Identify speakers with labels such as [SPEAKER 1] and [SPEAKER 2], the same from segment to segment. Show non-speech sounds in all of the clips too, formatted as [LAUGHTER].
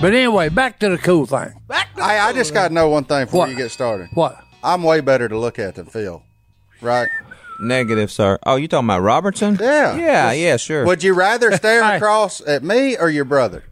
[SPEAKER 1] But anyway, back to the cool thing.
[SPEAKER 2] Hey, I just got to know one thing before
[SPEAKER 1] What?
[SPEAKER 2] you get started.
[SPEAKER 1] What?
[SPEAKER 2] I'm way better to look at than Phil, right?
[SPEAKER 3] Negative, sir. Oh, you talking about Robertson?
[SPEAKER 2] Yeah.
[SPEAKER 3] Yeah, yeah, sure.
[SPEAKER 2] Would you rather stare
[SPEAKER 1] Hey.
[SPEAKER 2] across at me or your brother?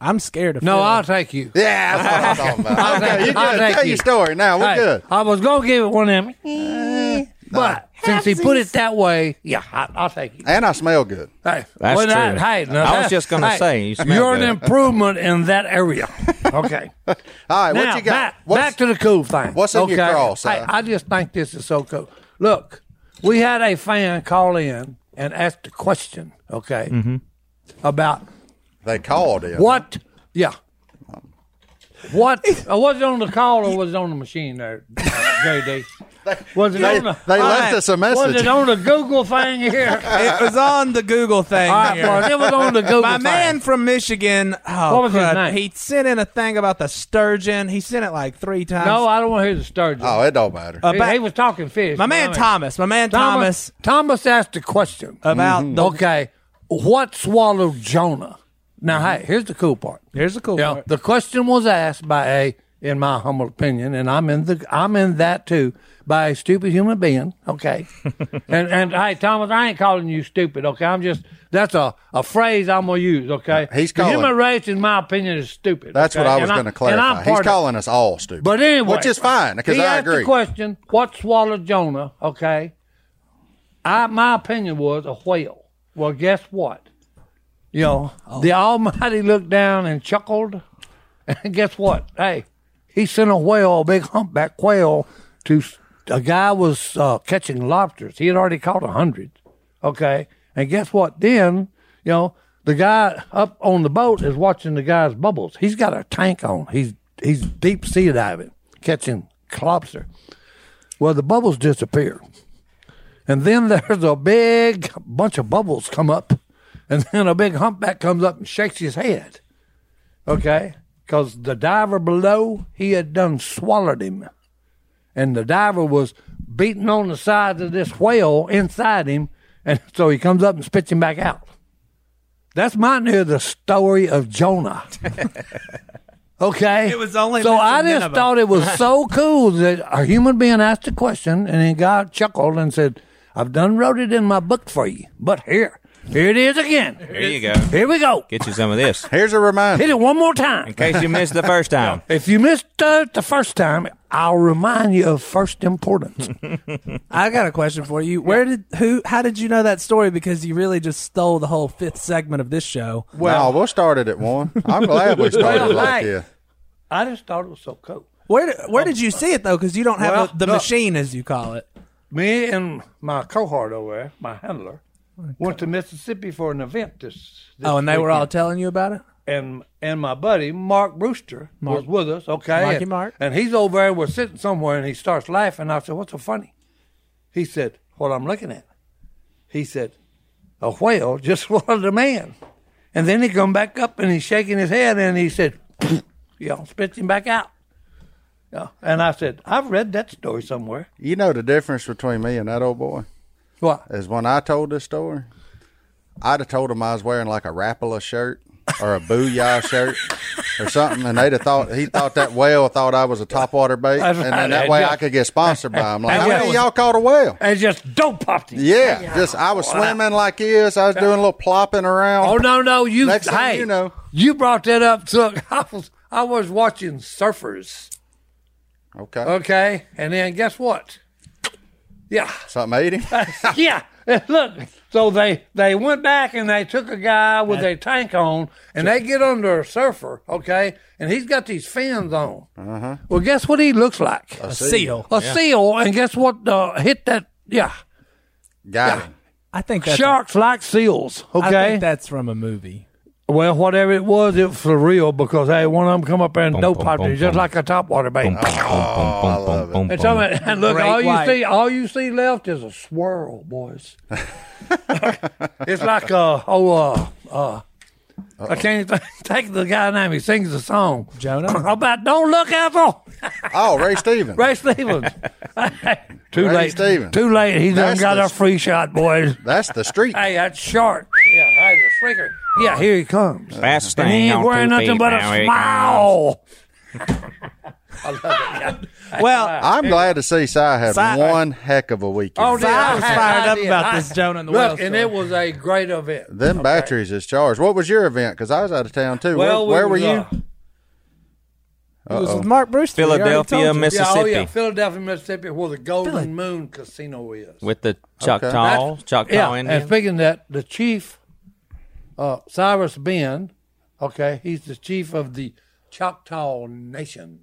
[SPEAKER 4] I'm scared of
[SPEAKER 1] No,
[SPEAKER 4] Phil.
[SPEAKER 1] I'll take you.
[SPEAKER 2] Yeah, that's what I'm
[SPEAKER 1] [LAUGHS]
[SPEAKER 2] talking about.
[SPEAKER 1] I'll
[SPEAKER 2] okay, you
[SPEAKER 1] take- I'll
[SPEAKER 2] good.
[SPEAKER 1] take
[SPEAKER 2] Tell
[SPEAKER 1] you.
[SPEAKER 2] your story now. We're
[SPEAKER 1] Hey,
[SPEAKER 2] good.
[SPEAKER 1] I was gonna give it one of them, but since he put it that way, yeah, I, I'll take you.
[SPEAKER 2] And I smell good.
[SPEAKER 1] Hey,
[SPEAKER 3] That's
[SPEAKER 1] well, that-
[SPEAKER 3] true.
[SPEAKER 1] hey, now
[SPEAKER 3] I was
[SPEAKER 1] that-
[SPEAKER 3] just gonna
[SPEAKER 1] hey,
[SPEAKER 3] say, you smell
[SPEAKER 1] you're an
[SPEAKER 3] good.
[SPEAKER 1] improvement in that area. Okay.
[SPEAKER 2] All right,
[SPEAKER 1] now
[SPEAKER 2] what you got?
[SPEAKER 1] back,
[SPEAKER 2] What's-
[SPEAKER 1] back to the cool thing.
[SPEAKER 2] what's in
[SPEAKER 1] okay?
[SPEAKER 2] your cross,
[SPEAKER 1] Hey,
[SPEAKER 2] huh?
[SPEAKER 1] I just think this is so cool. Look, we had a fan call in and asked a question. Okay. About
[SPEAKER 2] they called him.
[SPEAKER 1] what? Yeah. What uh, was it on the call or was it on the machine there, uh, JD?
[SPEAKER 3] [LAUGHS]
[SPEAKER 1] Was it
[SPEAKER 2] They,
[SPEAKER 1] on the,
[SPEAKER 2] they
[SPEAKER 1] all
[SPEAKER 2] left
[SPEAKER 1] right,
[SPEAKER 2] us a
[SPEAKER 1] Was
[SPEAKER 2] message.
[SPEAKER 1] it on the Google
[SPEAKER 3] [LAUGHS]
[SPEAKER 1] thing here?
[SPEAKER 3] it was on the Google thing.
[SPEAKER 1] All right, well, it was on the Google
[SPEAKER 3] My
[SPEAKER 1] thing.
[SPEAKER 3] man from Michigan. Oh,
[SPEAKER 1] What was his
[SPEAKER 3] crud.
[SPEAKER 1] name?
[SPEAKER 3] He sent in a thing about the sturgeon. He sent it like three times.
[SPEAKER 1] No, I don't want to hear the sturgeon.
[SPEAKER 2] oh, it don't matter.
[SPEAKER 1] He-
[SPEAKER 3] about-
[SPEAKER 1] he, was talking fish.
[SPEAKER 3] my man
[SPEAKER 1] I mean,
[SPEAKER 3] Thomas. My man Thomas, Um,
[SPEAKER 1] Thomas asked a question.
[SPEAKER 3] about the.
[SPEAKER 1] Mm-hmm. okay, what swallowed Jonah? Now, hey, here's the cool part.
[SPEAKER 3] Here's the cool
[SPEAKER 1] Yeah,
[SPEAKER 3] part.
[SPEAKER 1] the question was asked by a, in my humble opinion, and I'm in the, I'm in that too, by a stupid human being. Okay, and and hey, Thomas, I ain't calling you stupid. Okay, I'm just that's a, a phrase I'm gonna use. Okay,
[SPEAKER 2] He's
[SPEAKER 1] the human
[SPEAKER 2] calling-
[SPEAKER 1] race, in my opinion, is stupid.
[SPEAKER 2] That's
[SPEAKER 1] okay?
[SPEAKER 2] what I
[SPEAKER 1] And
[SPEAKER 2] was going
[SPEAKER 1] and
[SPEAKER 2] to
[SPEAKER 1] I'm
[SPEAKER 2] clarify. He's
[SPEAKER 1] part of-
[SPEAKER 2] calling us all stupid.
[SPEAKER 1] but anyway,
[SPEAKER 2] Which is fine, because
[SPEAKER 1] he
[SPEAKER 2] I
[SPEAKER 1] asked the
[SPEAKER 2] agree.
[SPEAKER 1] question: What swallowed Jonah? Okay, I my opinion was a whale. Well, guess what? You know,
[SPEAKER 2] Oh.
[SPEAKER 1] the Almighty looked down and chuckled, and guess what? Hey, he sent a whale, a big humpback whale, to s- a guy was uh, catching lobsters. He had already caught a hundred. Okay, and guess what? Then you know the guy up on the boat is watching the guy's bubbles. He's got a tank on. He's he's deep sea diving, catching lobster. Well, the bubbles disappear, and then there's a big bunch of bubbles come up, and then a big humpback comes up and shakes his head. Okay, because the diver below he had done swallowed him and the diver was beating on the sides of this whale inside him, and so he comes up and spits him back out. That's my near the story of Jonah. [LAUGHS] okay,
[SPEAKER 3] It was only
[SPEAKER 1] so
[SPEAKER 3] mentioned
[SPEAKER 1] I just
[SPEAKER 3] Nineveh.
[SPEAKER 1] thought it
[SPEAKER 4] [LAUGHS]
[SPEAKER 1] was so cool that a human being asked a question, and then God chuckled and said, "I've done wrote it in my book for you, but here, here it is again.
[SPEAKER 3] There you go.
[SPEAKER 1] Here we go.
[SPEAKER 3] Get you some of this
[SPEAKER 2] Here's a reminder.
[SPEAKER 1] Hit it one more
[SPEAKER 3] in
[SPEAKER 1] time."
[SPEAKER 3] case you missed the first
[SPEAKER 2] [LAUGHS]
[SPEAKER 3] time.
[SPEAKER 1] If you missed uh, the first time, I'll remind you of first
[SPEAKER 4] [LAUGHS]
[SPEAKER 1] importance.
[SPEAKER 4] I got a question for you. Where did who? How did you know that story? Because you really just stole the whole fifth segment of this show.
[SPEAKER 2] Well, no, we'll start it at one. I'm glad we
[SPEAKER 1] [LAUGHS]
[SPEAKER 2] started
[SPEAKER 1] Well,
[SPEAKER 2] like
[SPEAKER 1] hey.
[SPEAKER 2] this.
[SPEAKER 1] I just thought it was so cool.
[SPEAKER 4] Where where did you see it though? Because you don't have
[SPEAKER 1] Well,
[SPEAKER 4] a, the
[SPEAKER 1] look.
[SPEAKER 4] machine as you call it.
[SPEAKER 1] me and my cohort over there, my handler, went to Mississippi for an event this. this
[SPEAKER 4] Oh, and they were all
[SPEAKER 1] weekend.
[SPEAKER 4] telling you about it.
[SPEAKER 1] and and my buddy Mark Brewster was with us. Okay,
[SPEAKER 4] Marky
[SPEAKER 1] and,
[SPEAKER 4] Mark.
[SPEAKER 1] and he's over there. We're sitting somewhere, and he starts laughing. I said, "What's so funny?" He said, "What I'm looking at." He said, "A whale just [LAUGHS] swallowed a man," and then he come back up and he's shaking his head, and he said, [LAUGHS] "You know, spits him back out." Yeah, and I said, "I've read that story somewhere."
[SPEAKER 2] You know the difference between me and that old boy
[SPEAKER 1] What?
[SPEAKER 2] is when I told this story, I'd have told him I was wearing like a Rapala shirt or
[SPEAKER 1] [LAUGHS]
[SPEAKER 2] a Booyah shirt or something, and they'd have thought he thought that whale thought I was a topwater bait,
[SPEAKER 1] That's
[SPEAKER 2] and
[SPEAKER 1] right.
[SPEAKER 2] then that way
[SPEAKER 1] Yeah.
[SPEAKER 2] I could get sponsored by him. Like,
[SPEAKER 1] That
[SPEAKER 2] how many
[SPEAKER 1] was-
[SPEAKER 2] of y'all caught a whale?
[SPEAKER 1] And just dope popped him.
[SPEAKER 2] Yeah, just I was swimming like this. I was doing a little plopping around.
[SPEAKER 1] Oh no, no, you.
[SPEAKER 2] Next thing
[SPEAKER 1] hey,
[SPEAKER 2] you know.
[SPEAKER 1] you brought that up. So [LAUGHS] I was, I was watching surfers.
[SPEAKER 2] Okay.
[SPEAKER 1] Okay, and then guess what? Yeah,
[SPEAKER 2] something
[SPEAKER 1] [LAUGHS]
[SPEAKER 2] ate him.
[SPEAKER 1] yeah. Look, so they they went back and they took a guy with a tank on, and they get under a surfer. Okay, and he's got these fins on. Uh-huh. Well, guess what he looks like?
[SPEAKER 4] A seal.
[SPEAKER 1] A seal, and guess what? Uh, hit that. Yeah,
[SPEAKER 2] [LAUGHS] Got him.
[SPEAKER 4] I think that's
[SPEAKER 1] sharks like seals.
[SPEAKER 4] I
[SPEAKER 1] Okay,
[SPEAKER 4] think that's from a movie.
[SPEAKER 1] Well, whatever it was, it was for real because hey, one of them come up there and dope
[SPEAKER 3] boom,
[SPEAKER 1] popped
[SPEAKER 3] boom,
[SPEAKER 1] it just
[SPEAKER 3] boom.
[SPEAKER 1] like a topwater
[SPEAKER 2] Oh,
[SPEAKER 1] bait. And, so, and [LAUGHS] look,
[SPEAKER 4] Great
[SPEAKER 1] all you
[SPEAKER 4] white.
[SPEAKER 1] see, all you see left is a [LAUGHS] swirl, boys. it's like uh, oh, uh, uh, I can't even [LAUGHS] take the guy name. He sings a song. [LAUGHS]
[SPEAKER 4] Jonah?
[SPEAKER 1] about don't look out for
[SPEAKER 2] Oh, Ray Stevens.
[SPEAKER 1] Ray
[SPEAKER 4] [LAUGHS]
[SPEAKER 1] Stevens. [LAUGHS] too
[SPEAKER 2] Ray
[SPEAKER 1] late.
[SPEAKER 2] Stevens.
[SPEAKER 1] Too late. He done
[SPEAKER 2] That's
[SPEAKER 1] got
[SPEAKER 2] the-
[SPEAKER 1] a free shot, boys. [LAUGHS]
[SPEAKER 2] That's the street.
[SPEAKER 1] Hey, that's short. Yeah, hey, the freaker. Yeah, here he comes.
[SPEAKER 5] Fastest
[SPEAKER 1] And
[SPEAKER 5] thing
[SPEAKER 1] he ain't
[SPEAKER 5] on
[SPEAKER 1] wearing
[SPEAKER 5] two
[SPEAKER 1] nothing
[SPEAKER 5] feet
[SPEAKER 1] but
[SPEAKER 5] now, here
[SPEAKER 1] a
[SPEAKER 5] he
[SPEAKER 1] smile.
[SPEAKER 4] Well,
[SPEAKER 2] I'm glad to see Si had
[SPEAKER 4] Si-
[SPEAKER 2] one heck of a weekend.
[SPEAKER 1] Oh,
[SPEAKER 4] So
[SPEAKER 1] yeah,
[SPEAKER 4] I was
[SPEAKER 1] had
[SPEAKER 4] fired up
[SPEAKER 1] idea.
[SPEAKER 4] about
[SPEAKER 1] I-
[SPEAKER 4] this Jonah and the
[SPEAKER 1] Look,
[SPEAKER 4] Whale
[SPEAKER 1] and
[SPEAKER 4] story.
[SPEAKER 1] it was a great event.
[SPEAKER 2] Them batteries is charged. What was your event? Because I was out of town too.
[SPEAKER 1] Well, we
[SPEAKER 2] where, where
[SPEAKER 1] was,
[SPEAKER 2] were you?
[SPEAKER 1] uh,
[SPEAKER 4] it was with Mark Brewster. We already
[SPEAKER 5] Philadelphia,
[SPEAKER 4] told you.
[SPEAKER 5] Miss-
[SPEAKER 1] Yeah, oh yeah,
[SPEAKER 5] Mississippi.
[SPEAKER 1] Philadelphia, Mississippi, where the Golden Moon Casino is.
[SPEAKER 5] With the Choctaw, Choctaw
[SPEAKER 1] yeah, and
[SPEAKER 5] Indians.
[SPEAKER 1] speaking of that, the chief, uh, Cyrus Ben, okay, he's the chief of the Choctaw Nation.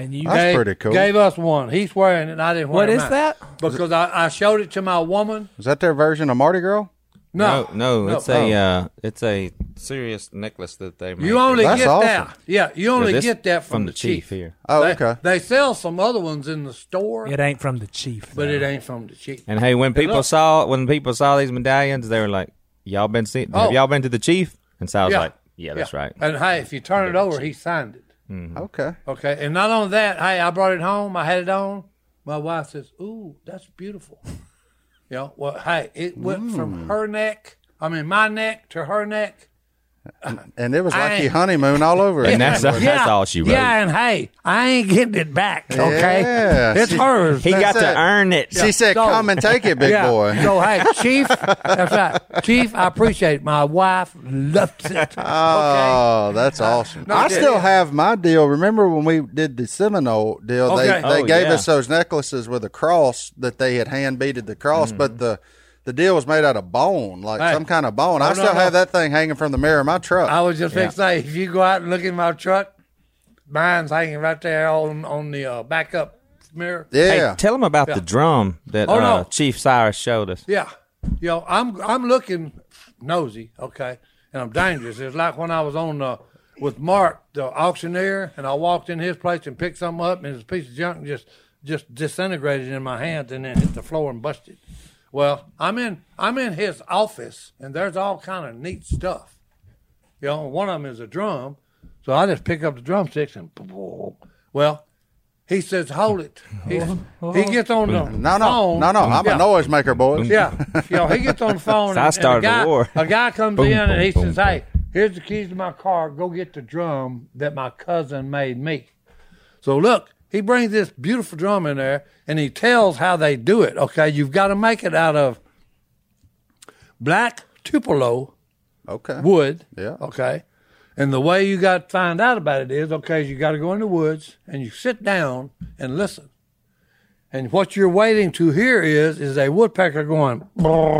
[SPEAKER 4] And you
[SPEAKER 2] That's pretty cool.
[SPEAKER 1] Gave us one. He's wearing it. and I didn't.
[SPEAKER 4] What
[SPEAKER 1] wear
[SPEAKER 4] is
[SPEAKER 1] mine.
[SPEAKER 4] that?
[SPEAKER 1] Because I, I showed it to my woman.
[SPEAKER 2] Is that their version of Mardi Gras?
[SPEAKER 1] No,
[SPEAKER 5] no, no, it's a
[SPEAKER 2] oh.
[SPEAKER 5] uh, it's a serious necklace that they make.
[SPEAKER 1] You only
[SPEAKER 2] That's
[SPEAKER 1] get
[SPEAKER 2] awesome.
[SPEAKER 1] that. Yeah, you only
[SPEAKER 5] this-
[SPEAKER 1] get that from,
[SPEAKER 5] from the chief here.
[SPEAKER 2] Oh,
[SPEAKER 1] They-
[SPEAKER 2] okay.
[SPEAKER 1] They sell some other ones in the store,
[SPEAKER 4] It ain't from the chief.
[SPEAKER 1] but
[SPEAKER 4] though.
[SPEAKER 1] it ain't from the chief.
[SPEAKER 5] And hey, when people
[SPEAKER 1] look-
[SPEAKER 5] saw when people saw these medallions, they were like, "Y'all been see?
[SPEAKER 1] Oh.
[SPEAKER 5] Have y'all been to the chief?" And so I was
[SPEAKER 1] Yeah.
[SPEAKER 5] like, "Yeah, that's right."
[SPEAKER 1] And hey, if you turn it over, he signed it.
[SPEAKER 5] Mm-hmm.
[SPEAKER 2] Okay.
[SPEAKER 1] Okay. And not only that, hey, I brought it home. I had it on. My wife says, "Ooh, that's beautiful." [LAUGHS] You know, well, hey, it went from
[SPEAKER 2] Mm.
[SPEAKER 1] her neck. I mean, my neck to her neck.
[SPEAKER 2] And it was
[SPEAKER 1] I
[SPEAKER 2] like you
[SPEAKER 1] ain't-
[SPEAKER 2] honeymoon all over.
[SPEAKER 5] And
[SPEAKER 2] again.
[SPEAKER 5] that's that's all she wrote.
[SPEAKER 1] Yeah, and hey, I ain't getting it back. Okay,
[SPEAKER 2] Yeah,
[SPEAKER 1] it's
[SPEAKER 2] she-
[SPEAKER 1] hers.
[SPEAKER 5] He got
[SPEAKER 2] That's it.
[SPEAKER 5] to earn it.
[SPEAKER 2] she said,
[SPEAKER 1] So-
[SPEAKER 2] "Come and take it, big
[SPEAKER 1] yeah.
[SPEAKER 2] boy."
[SPEAKER 1] [LAUGHS] So hey, Chief, that's right, Chief. I appreciate it. My wife loves it.
[SPEAKER 2] [LAUGHS]
[SPEAKER 1] okay.
[SPEAKER 2] Oh, that's awesome! I
[SPEAKER 1] it
[SPEAKER 2] still
[SPEAKER 1] is.
[SPEAKER 2] have my deal. Remember when we did the Seminole deal?
[SPEAKER 1] Okay.
[SPEAKER 2] They they
[SPEAKER 5] Oh,
[SPEAKER 2] gave
[SPEAKER 5] yeah.
[SPEAKER 2] us those necklaces with a cross that they had hand beaded the cross,
[SPEAKER 5] Mm-hmm.
[SPEAKER 2] but the the deal was made out of bone, like
[SPEAKER 1] Hey.
[SPEAKER 2] some kind of bone. I
[SPEAKER 1] Oh, no,
[SPEAKER 2] still
[SPEAKER 1] no.
[SPEAKER 2] have that thing hanging from the mirror of my truck.
[SPEAKER 1] I was just fixing to say, if you go out and look in my truck, mine's hanging right there on on the uh, backup mirror.
[SPEAKER 2] yeah,
[SPEAKER 5] Hey, tell him about the drum that
[SPEAKER 1] Oh, no.
[SPEAKER 5] uh, Chief Cyrus showed us.
[SPEAKER 1] Yeah. You know, I'm I'm looking nosy, okay, and I'm dangerous. It's like when I was on uh, with Mark, the auctioneer, and I walked in his place and picked something up, and it's a piece of junk and just just disintegrated in my hands and then hit the floor and busted. Well, I'm in I'm in his office, and there's all kind of neat stuff. You know, one of them is a drum, so I just pick up the drumsticks and well. He says, "Hold it." He, he gets on the
[SPEAKER 2] no, no,
[SPEAKER 1] phone.
[SPEAKER 2] no, no. I'm
[SPEAKER 1] Yeah.
[SPEAKER 2] a noisemaker, boys.
[SPEAKER 1] Yeah, you know, he gets on the phone.
[SPEAKER 5] [LAUGHS] So I
[SPEAKER 1] and, and
[SPEAKER 5] started
[SPEAKER 1] a guy,
[SPEAKER 5] the war.
[SPEAKER 1] A guy comes
[SPEAKER 5] Boom,
[SPEAKER 1] in and he
[SPEAKER 5] boom,
[SPEAKER 1] says,
[SPEAKER 5] boom,
[SPEAKER 1] "Hey, here's the keys to my car. Go get the drum that my cousin made me." So look, he brings this beautiful drum in there and he tells how they do it. Okay, you've got to make it out of black tupelo
[SPEAKER 2] Okay.
[SPEAKER 1] wood.
[SPEAKER 2] Yeah.
[SPEAKER 1] Okay. And the way you got to find out about it is okay, you got to go in the woods and you sit down and listen. And what you're waiting to hear is is a woodpecker going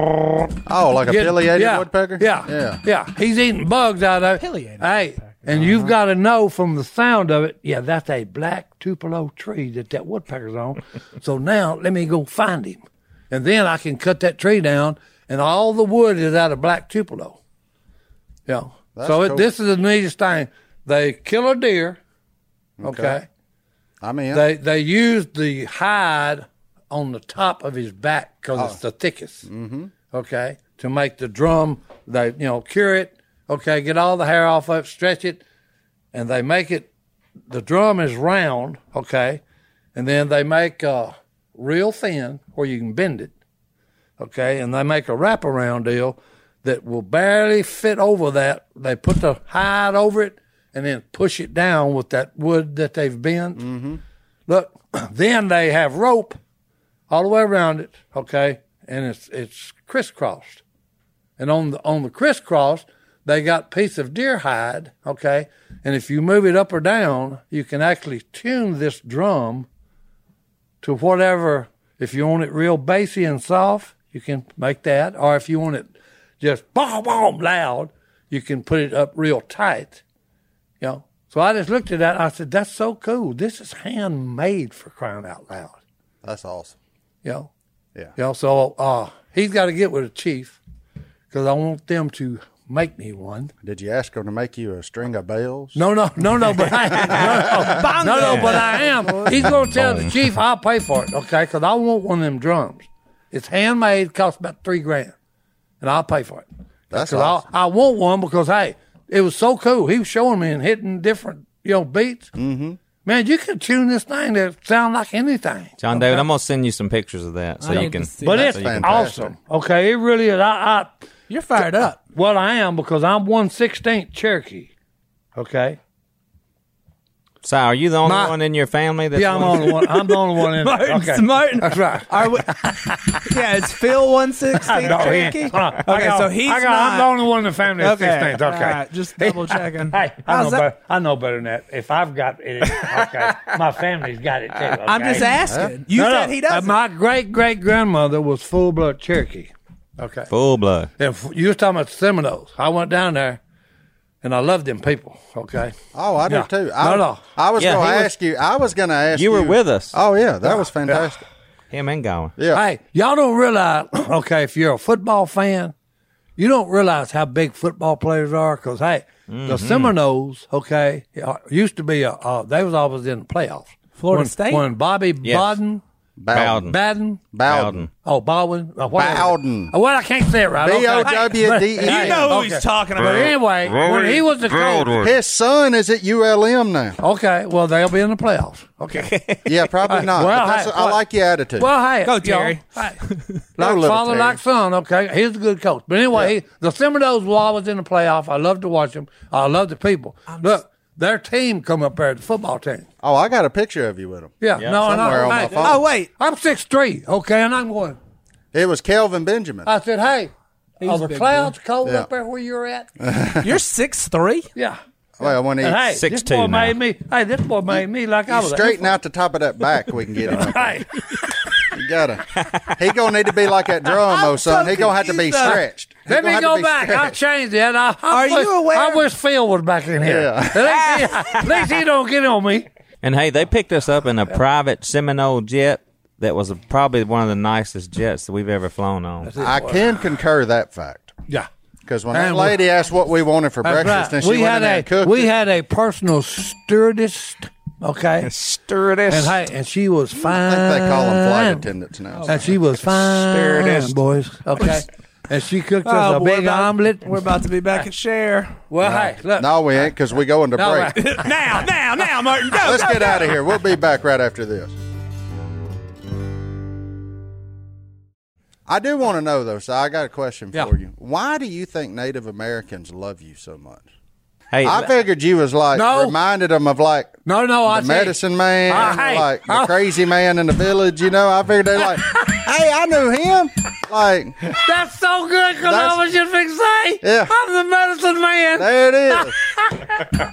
[SPEAKER 2] Oh, like a
[SPEAKER 1] get-
[SPEAKER 2] affiliated
[SPEAKER 1] yeah,
[SPEAKER 2] woodpecker.
[SPEAKER 1] Yeah,
[SPEAKER 2] yeah.
[SPEAKER 1] yeah, He's eating bugs out of
[SPEAKER 4] Affiliated
[SPEAKER 1] Hey, and you've
[SPEAKER 2] Uh-huh.
[SPEAKER 1] got to know from the sound of it. Yeah, that's a black tupelo tree that that woodpecker's
[SPEAKER 2] [LAUGHS]
[SPEAKER 1] on. so now let me go find him, and then I can cut that tree down, and all the wood is out of black tupelo. Yeah.
[SPEAKER 2] That's
[SPEAKER 1] so it,
[SPEAKER 2] cool.
[SPEAKER 1] this is the neatest thing. They kill a deer. okay.
[SPEAKER 2] I mean,
[SPEAKER 1] They they used the hide on the top of his back because it's the thickest. Mm-hmm. Okay, to make the drum, they you know cure it. Okay, get all the hair off of it, stretch it, and they make it. The drum is round. Okay, and then they make uh, real thin where you can bend it. Okay, and they make a wraparound deal that will barely fit over that. They put the hide over it and then push it down with that wood that they've bent. Look, [CLEARS THROAT] then they have rope all the way around it, okay, and it's it's crisscrossed. And on the on the crisscross, they got piece of deer hide, okay, and if you move it up or down, you can actually tune this drum to whatever. If you want it real bassy and soft, you can make that, or if you want it just boom boom loud, you can put it up real tight. You know. So I just looked at that. I said, "That's so cool. This is handmade for crying out loud."
[SPEAKER 2] that's awesome.
[SPEAKER 1] You know.
[SPEAKER 2] Yeah.
[SPEAKER 1] You know. So uh, he's got to get with the chief because I want them to make me one.
[SPEAKER 2] Did you ask them to make you a string of bells?
[SPEAKER 1] No, no, no, no. But I, no, no, no, no, But I am. He's
[SPEAKER 2] Oh,
[SPEAKER 1] gonna tell the chief I'll pay for it. Okay, because I want one of them drums. It's handmade. Costs about three grand, and I'll pay for it.
[SPEAKER 2] That's
[SPEAKER 1] 'Cause
[SPEAKER 2] awesome.
[SPEAKER 1] I, I want one because hey, It was so cool. He was showing me and hitting different, you know, beats. Mm-hmm. Man, you could tune this thing to sound like anything.
[SPEAKER 5] John David, I'm gonna send you some pictures of that so
[SPEAKER 4] I
[SPEAKER 5] you
[SPEAKER 4] need to
[SPEAKER 5] can.
[SPEAKER 4] see
[SPEAKER 1] But
[SPEAKER 4] that.
[SPEAKER 1] it's
[SPEAKER 2] fantastic.
[SPEAKER 1] awesome. Okay, it really is. I, I
[SPEAKER 4] You're fired up.
[SPEAKER 1] Well, I am because I'm one sixteenth Cherokee. Okay.
[SPEAKER 5] So, are you the only
[SPEAKER 1] My-
[SPEAKER 5] one in your family that's
[SPEAKER 1] Yeah, I'm the only one. I'm the only
[SPEAKER 4] [LAUGHS]
[SPEAKER 1] one in.
[SPEAKER 4] Martin,
[SPEAKER 1] [LAUGHS] okay.
[SPEAKER 4] Martin.
[SPEAKER 1] That's right.
[SPEAKER 4] [LAUGHS] Are we, yeah, it's Phil one sixteen
[SPEAKER 1] No, he ain't.
[SPEAKER 4] Cherokee.
[SPEAKER 1] Hold on. I
[SPEAKER 4] Okay,
[SPEAKER 1] got-
[SPEAKER 4] so he's
[SPEAKER 1] I got, I'm the
[SPEAKER 4] not.
[SPEAKER 1] only one in the family that's
[SPEAKER 4] Okay,
[SPEAKER 1] 16th. Okay.
[SPEAKER 4] all right, just double checking.
[SPEAKER 1] [LAUGHS] Hey, I
[SPEAKER 4] How's
[SPEAKER 1] know,
[SPEAKER 4] that-
[SPEAKER 1] better, I know better than that. If I've got it, okay, my family's got it too. Okay?
[SPEAKER 4] I'm just asking. You
[SPEAKER 1] No, no.
[SPEAKER 4] said he doesn't.
[SPEAKER 1] Uh, My great great grandmother was full blood Cherokee. Okay.
[SPEAKER 5] full blood?
[SPEAKER 1] And f- you was talking about Seminoles. I went down there, and I loved them people. Okay.
[SPEAKER 2] Oh, I do
[SPEAKER 1] Yeah.
[SPEAKER 2] too. I,
[SPEAKER 1] No, no.
[SPEAKER 2] I was
[SPEAKER 5] Yeah,
[SPEAKER 2] going
[SPEAKER 5] he
[SPEAKER 2] to
[SPEAKER 5] was-
[SPEAKER 2] ask you. I was going to ask you.
[SPEAKER 5] You were with us.
[SPEAKER 2] Oh yeah, that was fantastic.
[SPEAKER 5] Him and Gowan.
[SPEAKER 2] Yeah.
[SPEAKER 1] Hey, y'all don't realize, [CLEARS THROAT] okay, if you're a football fan, you don't realize how big football players are because, hey, the
[SPEAKER 2] Mm-hmm.
[SPEAKER 1] Seminoles, okay, are- used to be, a, uh, they was always in the playoffs.
[SPEAKER 4] Florida
[SPEAKER 1] when,
[SPEAKER 4] State?
[SPEAKER 1] When Bobby
[SPEAKER 5] Yes.
[SPEAKER 1] Bowden,
[SPEAKER 5] Bowden.
[SPEAKER 1] Bowden,
[SPEAKER 2] Bowden.
[SPEAKER 1] oh, Bowden, uh, whatever.
[SPEAKER 2] Bowden.
[SPEAKER 1] Uh, Well, I can't say it right.
[SPEAKER 2] B
[SPEAKER 1] okay.
[SPEAKER 2] o w d
[SPEAKER 1] Hey,
[SPEAKER 2] e.
[SPEAKER 3] You know who
[SPEAKER 1] okay.
[SPEAKER 3] he's talking
[SPEAKER 1] But
[SPEAKER 3] about.
[SPEAKER 1] anyway, when he was the coach,
[SPEAKER 2] His son is at ULM now.
[SPEAKER 1] okay, well, they'll be in the playoffs. Okay.
[SPEAKER 2] Yeah, probably not.
[SPEAKER 1] well,
[SPEAKER 2] but that's-
[SPEAKER 1] hey,
[SPEAKER 2] I
[SPEAKER 1] what-
[SPEAKER 2] like your attitude.
[SPEAKER 1] Well, hey,
[SPEAKER 3] Go,
[SPEAKER 1] you
[SPEAKER 3] Terry.
[SPEAKER 1] know, [LAUGHS] hey,
[SPEAKER 2] Go,
[SPEAKER 1] like
[SPEAKER 2] little
[SPEAKER 1] father,
[SPEAKER 2] Terry.
[SPEAKER 1] like son. Okay, he's a good coach. But anyway, he, the Seminoles were always in the playoff. I love to watch them. I love the people. Look, their team come up there, the football team.
[SPEAKER 2] oh, I got a picture of you with him.
[SPEAKER 1] Yeah, no, and
[SPEAKER 2] somewhere on
[SPEAKER 1] I,
[SPEAKER 2] my
[SPEAKER 1] hey,
[SPEAKER 2] phone.
[SPEAKER 4] oh wait,
[SPEAKER 1] I'm six three. Okay, and I'm going.
[SPEAKER 2] It was Kelvin Benjamin.
[SPEAKER 1] I said, hey,
[SPEAKER 4] was
[SPEAKER 1] are
[SPEAKER 4] a
[SPEAKER 1] the
[SPEAKER 4] big
[SPEAKER 1] clouds cold
[SPEAKER 2] Yeah.
[SPEAKER 1] up there where you're
[SPEAKER 2] [LAUGHS]
[SPEAKER 1] at?
[SPEAKER 4] you're six three.
[SPEAKER 1] Yeah.
[SPEAKER 2] well, when he
[SPEAKER 1] And hey, this
[SPEAKER 5] 6'2"
[SPEAKER 1] boy
[SPEAKER 5] now.
[SPEAKER 1] made me. Hey, this boy made me like I
[SPEAKER 2] you
[SPEAKER 1] was.
[SPEAKER 2] straighten out the top of that back, we can get him. up there.
[SPEAKER 1] Hey,
[SPEAKER 2] You gotta. He gonna need to be like that drum or something. He gonna have to be
[SPEAKER 4] confused, though.
[SPEAKER 2] stretched. He
[SPEAKER 1] let
[SPEAKER 2] gonna
[SPEAKER 1] me
[SPEAKER 2] have to
[SPEAKER 1] go
[SPEAKER 2] be
[SPEAKER 1] back. I
[SPEAKER 2] stretched.
[SPEAKER 1] changed it. I, I
[SPEAKER 4] Are
[SPEAKER 1] wish,
[SPEAKER 4] you aware-
[SPEAKER 1] I wish Phil was back in here.
[SPEAKER 2] Yeah.
[SPEAKER 1] At least he- [LAUGHS] at least he don't get on me.
[SPEAKER 5] And hey, they picked us up in a private Seminole jet that was probably one of the nicest jets that we've ever flown on.
[SPEAKER 2] I can concur that fact
[SPEAKER 1] [LAUGHS] Yeah.
[SPEAKER 2] because when that
[SPEAKER 1] And
[SPEAKER 2] lady asked what we wanted for breakfast, and she
[SPEAKER 1] Uh, we
[SPEAKER 2] went
[SPEAKER 1] had
[SPEAKER 2] in there
[SPEAKER 1] a
[SPEAKER 2] and cooked
[SPEAKER 1] we
[SPEAKER 2] it,
[SPEAKER 1] had a personal stewardess, okay, and
[SPEAKER 5] Stewardess.
[SPEAKER 1] hey, and she was
[SPEAKER 2] I
[SPEAKER 1] fine.
[SPEAKER 2] think they call them flight attendants now.
[SPEAKER 1] And she was fine,
[SPEAKER 5] Stewardess.
[SPEAKER 1] boys, okay. And she cooked us
[SPEAKER 4] Oh,
[SPEAKER 1] a
[SPEAKER 4] but we're
[SPEAKER 1] big
[SPEAKER 4] about-
[SPEAKER 1] omelet.
[SPEAKER 4] We're about to be back at share.
[SPEAKER 1] Well, hey, look,
[SPEAKER 2] No, we ain't because we going to
[SPEAKER 1] all
[SPEAKER 2] break.
[SPEAKER 1] right. [LAUGHS]
[SPEAKER 3] now, now, now, Martin, go.
[SPEAKER 2] [LAUGHS] Let's get out of here. We'll be back right after this. I do want to know though, so I got a question
[SPEAKER 1] Yeah.
[SPEAKER 2] for you. Why do you think Native Americans love you so much?
[SPEAKER 5] Hey,
[SPEAKER 2] I figured you was like
[SPEAKER 1] No.
[SPEAKER 2] reminded them of like
[SPEAKER 1] no, no, I
[SPEAKER 2] the
[SPEAKER 1] tell you-
[SPEAKER 2] medicine man,
[SPEAKER 1] Ah,
[SPEAKER 2] and,
[SPEAKER 1] hey,
[SPEAKER 2] like the
[SPEAKER 1] ah.
[SPEAKER 2] crazy man in the village. You know, I figured
[SPEAKER 1] [LAUGHS]
[SPEAKER 2] they like, hey, I knew him. Like
[SPEAKER 1] That's so good, Columbus. You fix say,
[SPEAKER 2] Yeah.
[SPEAKER 1] I'm the medicine man.
[SPEAKER 2] there it is.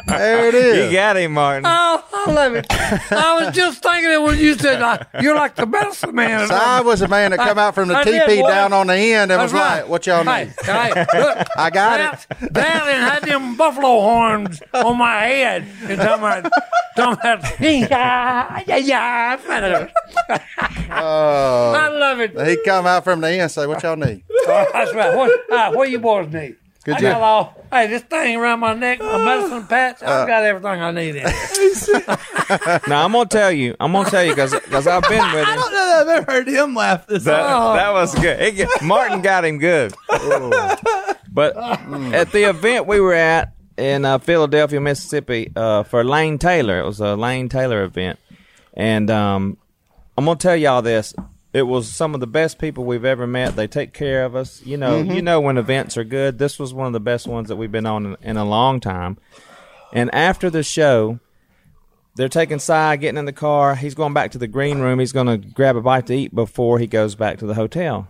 [SPEAKER 2] There it
[SPEAKER 5] [LAUGHS] you
[SPEAKER 2] is.
[SPEAKER 5] got him, Martin.
[SPEAKER 1] Oh, I love it. I was just thinking it when you said uh, you're like the medicine man. And
[SPEAKER 2] so
[SPEAKER 1] I'm-
[SPEAKER 2] I was a man that come out from the
[SPEAKER 1] I did,
[SPEAKER 2] teepee
[SPEAKER 1] boy.
[SPEAKER 2] down on the end and was
[SPEAKER 1] That's
[SPEAKER 2] like, what y'all
[SPEAKER 1] Hey,
[SPEAKER 2] need?
[SPEAKER 1] hey, look,
[SPEAKER 2] I got it.
[SPEAKER 1] that, That and had them buffalo horns on my head. And talking about, talking about, [LAUGHS] yeah, yeah, yeah. I found it.
[SPEAKER 5] [LAUGHS]
[SPEAKER 1] I love it.
[SPEAKER 2] Uh, He come out from the end and say, what y'all need?
[SPEAKER 1] That's right. What, uh, what you boys need?
[SPEAKER 2] Good
[SPEAKER 1] I
[SPEAKER 2] job.
[SPEAKER 1] got all, hey, this thing around my neck, my medicine patch,
[SPEAKER 2] Uh.
[SPEAKER 1] I've got everything I need in it.
[SPEAKER 5] Now I'm gonna tell you. I'm gonna tell you because I've been [LAUGHS] with
[SPEAKER 4] I
[SPEAKER 5] him.
[SPEAKER 4] don't know that I've ever heard him laugh this.
[SPEAKER 5] That,
[SPEAKER 4] hard.
[SPEAKER 5] that was good. It get- Martin got him good. But at the event we were at in uh, Philadelphia, Mississippi, uh, for Lane Taylor, it was a Lane Taylor event, and um, I'm gonna tell y'all this. It was some of the best people we've ever met. They take care of us. You know, you know when events are good. This was one of the best ones that we've been on in, in a long time. And after the show, they're taking Si, getting in the car. He's going back to the green room. He's going to grab a bite to eat before he goes back to the hotel.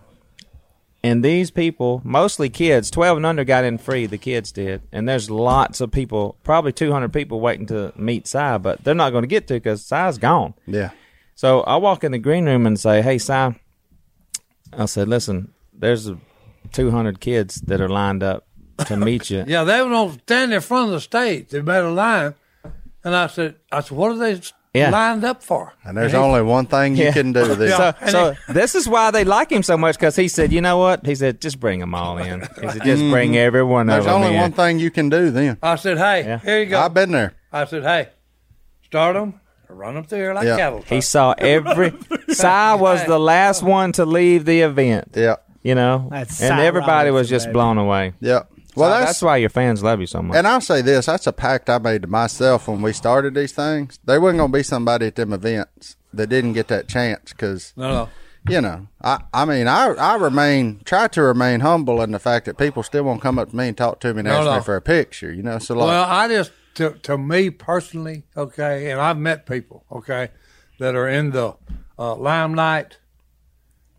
[SPEAKER 5] And these people, mostly kids, 12 and under got in free, the kids did. And there's lots of people, probably 200 people waiting to meet Si, but they're not going to get to because Si's gone.
[SPEAKER 2] Yeah.
[SPEAKER 5] So I walk in the green room and say, "Hey, Si," I said, "Listen, there's 200 kids that are lined up to meet you."
[SPEAKER 1] Yeah, they were gonna stand in front of the stage. They made a line, and I said, "I said, what are they s-
[SPEAKER 5] Yeah.
[SPEAKER 1] lined up for?"
[SPEAKER 2] And there's only one thing you
[SPEAKER 5] Yeah.
[SPEAKER 2] can do this.
[SPEAKER 5] [LAUGHS] So, so
[SPEAKER 2] [LAUGHS]
[SPEAKER 5] this is why they like him so much because he said, "You know what?" He said, "Just bring them all in." He said, "Just bring everyone
[SPEAKER 2] Mm.
[SPEAKER 5] of
[SPEAKER 2] There's
[SPEAKER 5] them
[SPEAKER 2] only
[SPEAKER 5] in."
[SPEAKER 2] one thing you can do then.
[SPEAKER 1] I said, "Hey,
[SPEAKER 5] Yeah.
[SPEAKER 1] here you go." I,
[SPEAKER 2] I've been there.
[SPEAKER 1] said, "Hey, start them, run them through here like
[SPEAKER 2] Yeah.
[SPEAKER 1] cattle."
[SPEAKER 5] He saw
[SPEAKER 2] [LAUGHS]
[SPEAKER 5] every. Sai was the last one to leave the event.
[SPEAKER 2] Yeah.
[SPEAKER 5] You know,
[SPEAKER 4] That's
[SPEAKER 5] and
[SPEAKER 4] Si
[SPEAKER 5] everybody was
[SPEAKER 4] Robinson,
[SPEAKER 5] just
[SPEAKER 4] baby.
[SPEAKER 5] blown away.
[SPEAKER 2] Yeah. Well,
[SPEAKER 5] that's,
[SPEAKER 2] that's
[SPEAKER 5] why your fans love you so much.
[SPEAKER 2] And I'll say this: that's a pact I made to myself when we started these things. There wasn't going to be somebody at them events that didn't get that chance because,
[SPEAKER 1] No, no.
[SPEAKER 2] you know, I, I mean, I, I remain try to remain humble in the fact that people still won't come up to me and talk to me and ask
[SPEAKER 1] no.
[SPEAKER 2] me for a picture. You know, so like,
[SPEAKER 1] Well, I just to to me personally, okay, and I've met people, okay, that are in the uh, limelight,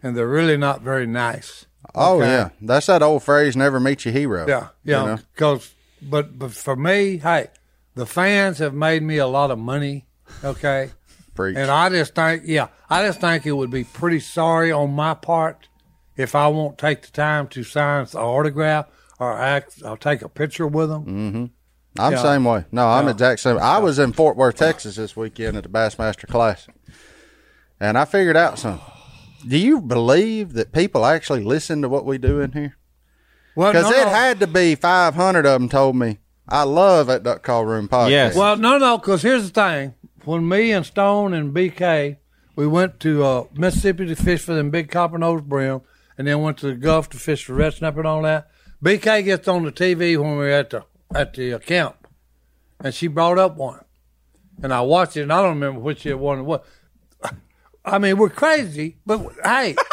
[SPEAKER 1] and they're really not very nice.
[SPEAKER 2] oh
[SPEAKER 1] okay.
[SPEAKER 2] yeah, that's that old phrase: "Never meet your hero."
[SPEAKER 1] Yeah,
[SPEAKER 2] you know?
[SPEAKER 1] yeah. Because, but but for me, hey, the fans have made me a lot of money. Okay,
[SPEAKER 2] Preach.
[SPEAKER 1] and I just think, yeah, I just think it would be pretty sorry on my part if I won't take the time to sign an autograph or act. I'll take a picture with them.
[SPEAKER 2] Mm. I'm
[SPEAKER 1] Yeah.
[SPEAKER 2] same way. No, I'm exact same. I was in Fort Worth, Texas this weekend at the Bassmaster Classic, and I figured out something. Do you believe that people actually listen to what we do in here?
[SPEAKER 1] Well,
[SPEAKER 2] Because
[SPEAKER 1] no,
[SPEAKER 2] it
[SPEAKER 1] no.
[SPEAKER 2] had to be 500 of them told me, I love that Duck Call Room podcast.
[SPEAKER 5] Yes.
[SPEAKER 1] Well, no, no, because here's the thing. When me and Stone and BK, we went to uh, Mississippi to fish for them big copper nose brim, and then went to the Gulf to fish for red snapper and all that. BK gets on the TV when we were at the at the uh, camp, and she brought up one, and I watched it, and I don't remember which it one it was. I mean, we're crazy, but hey. [LAUGHS]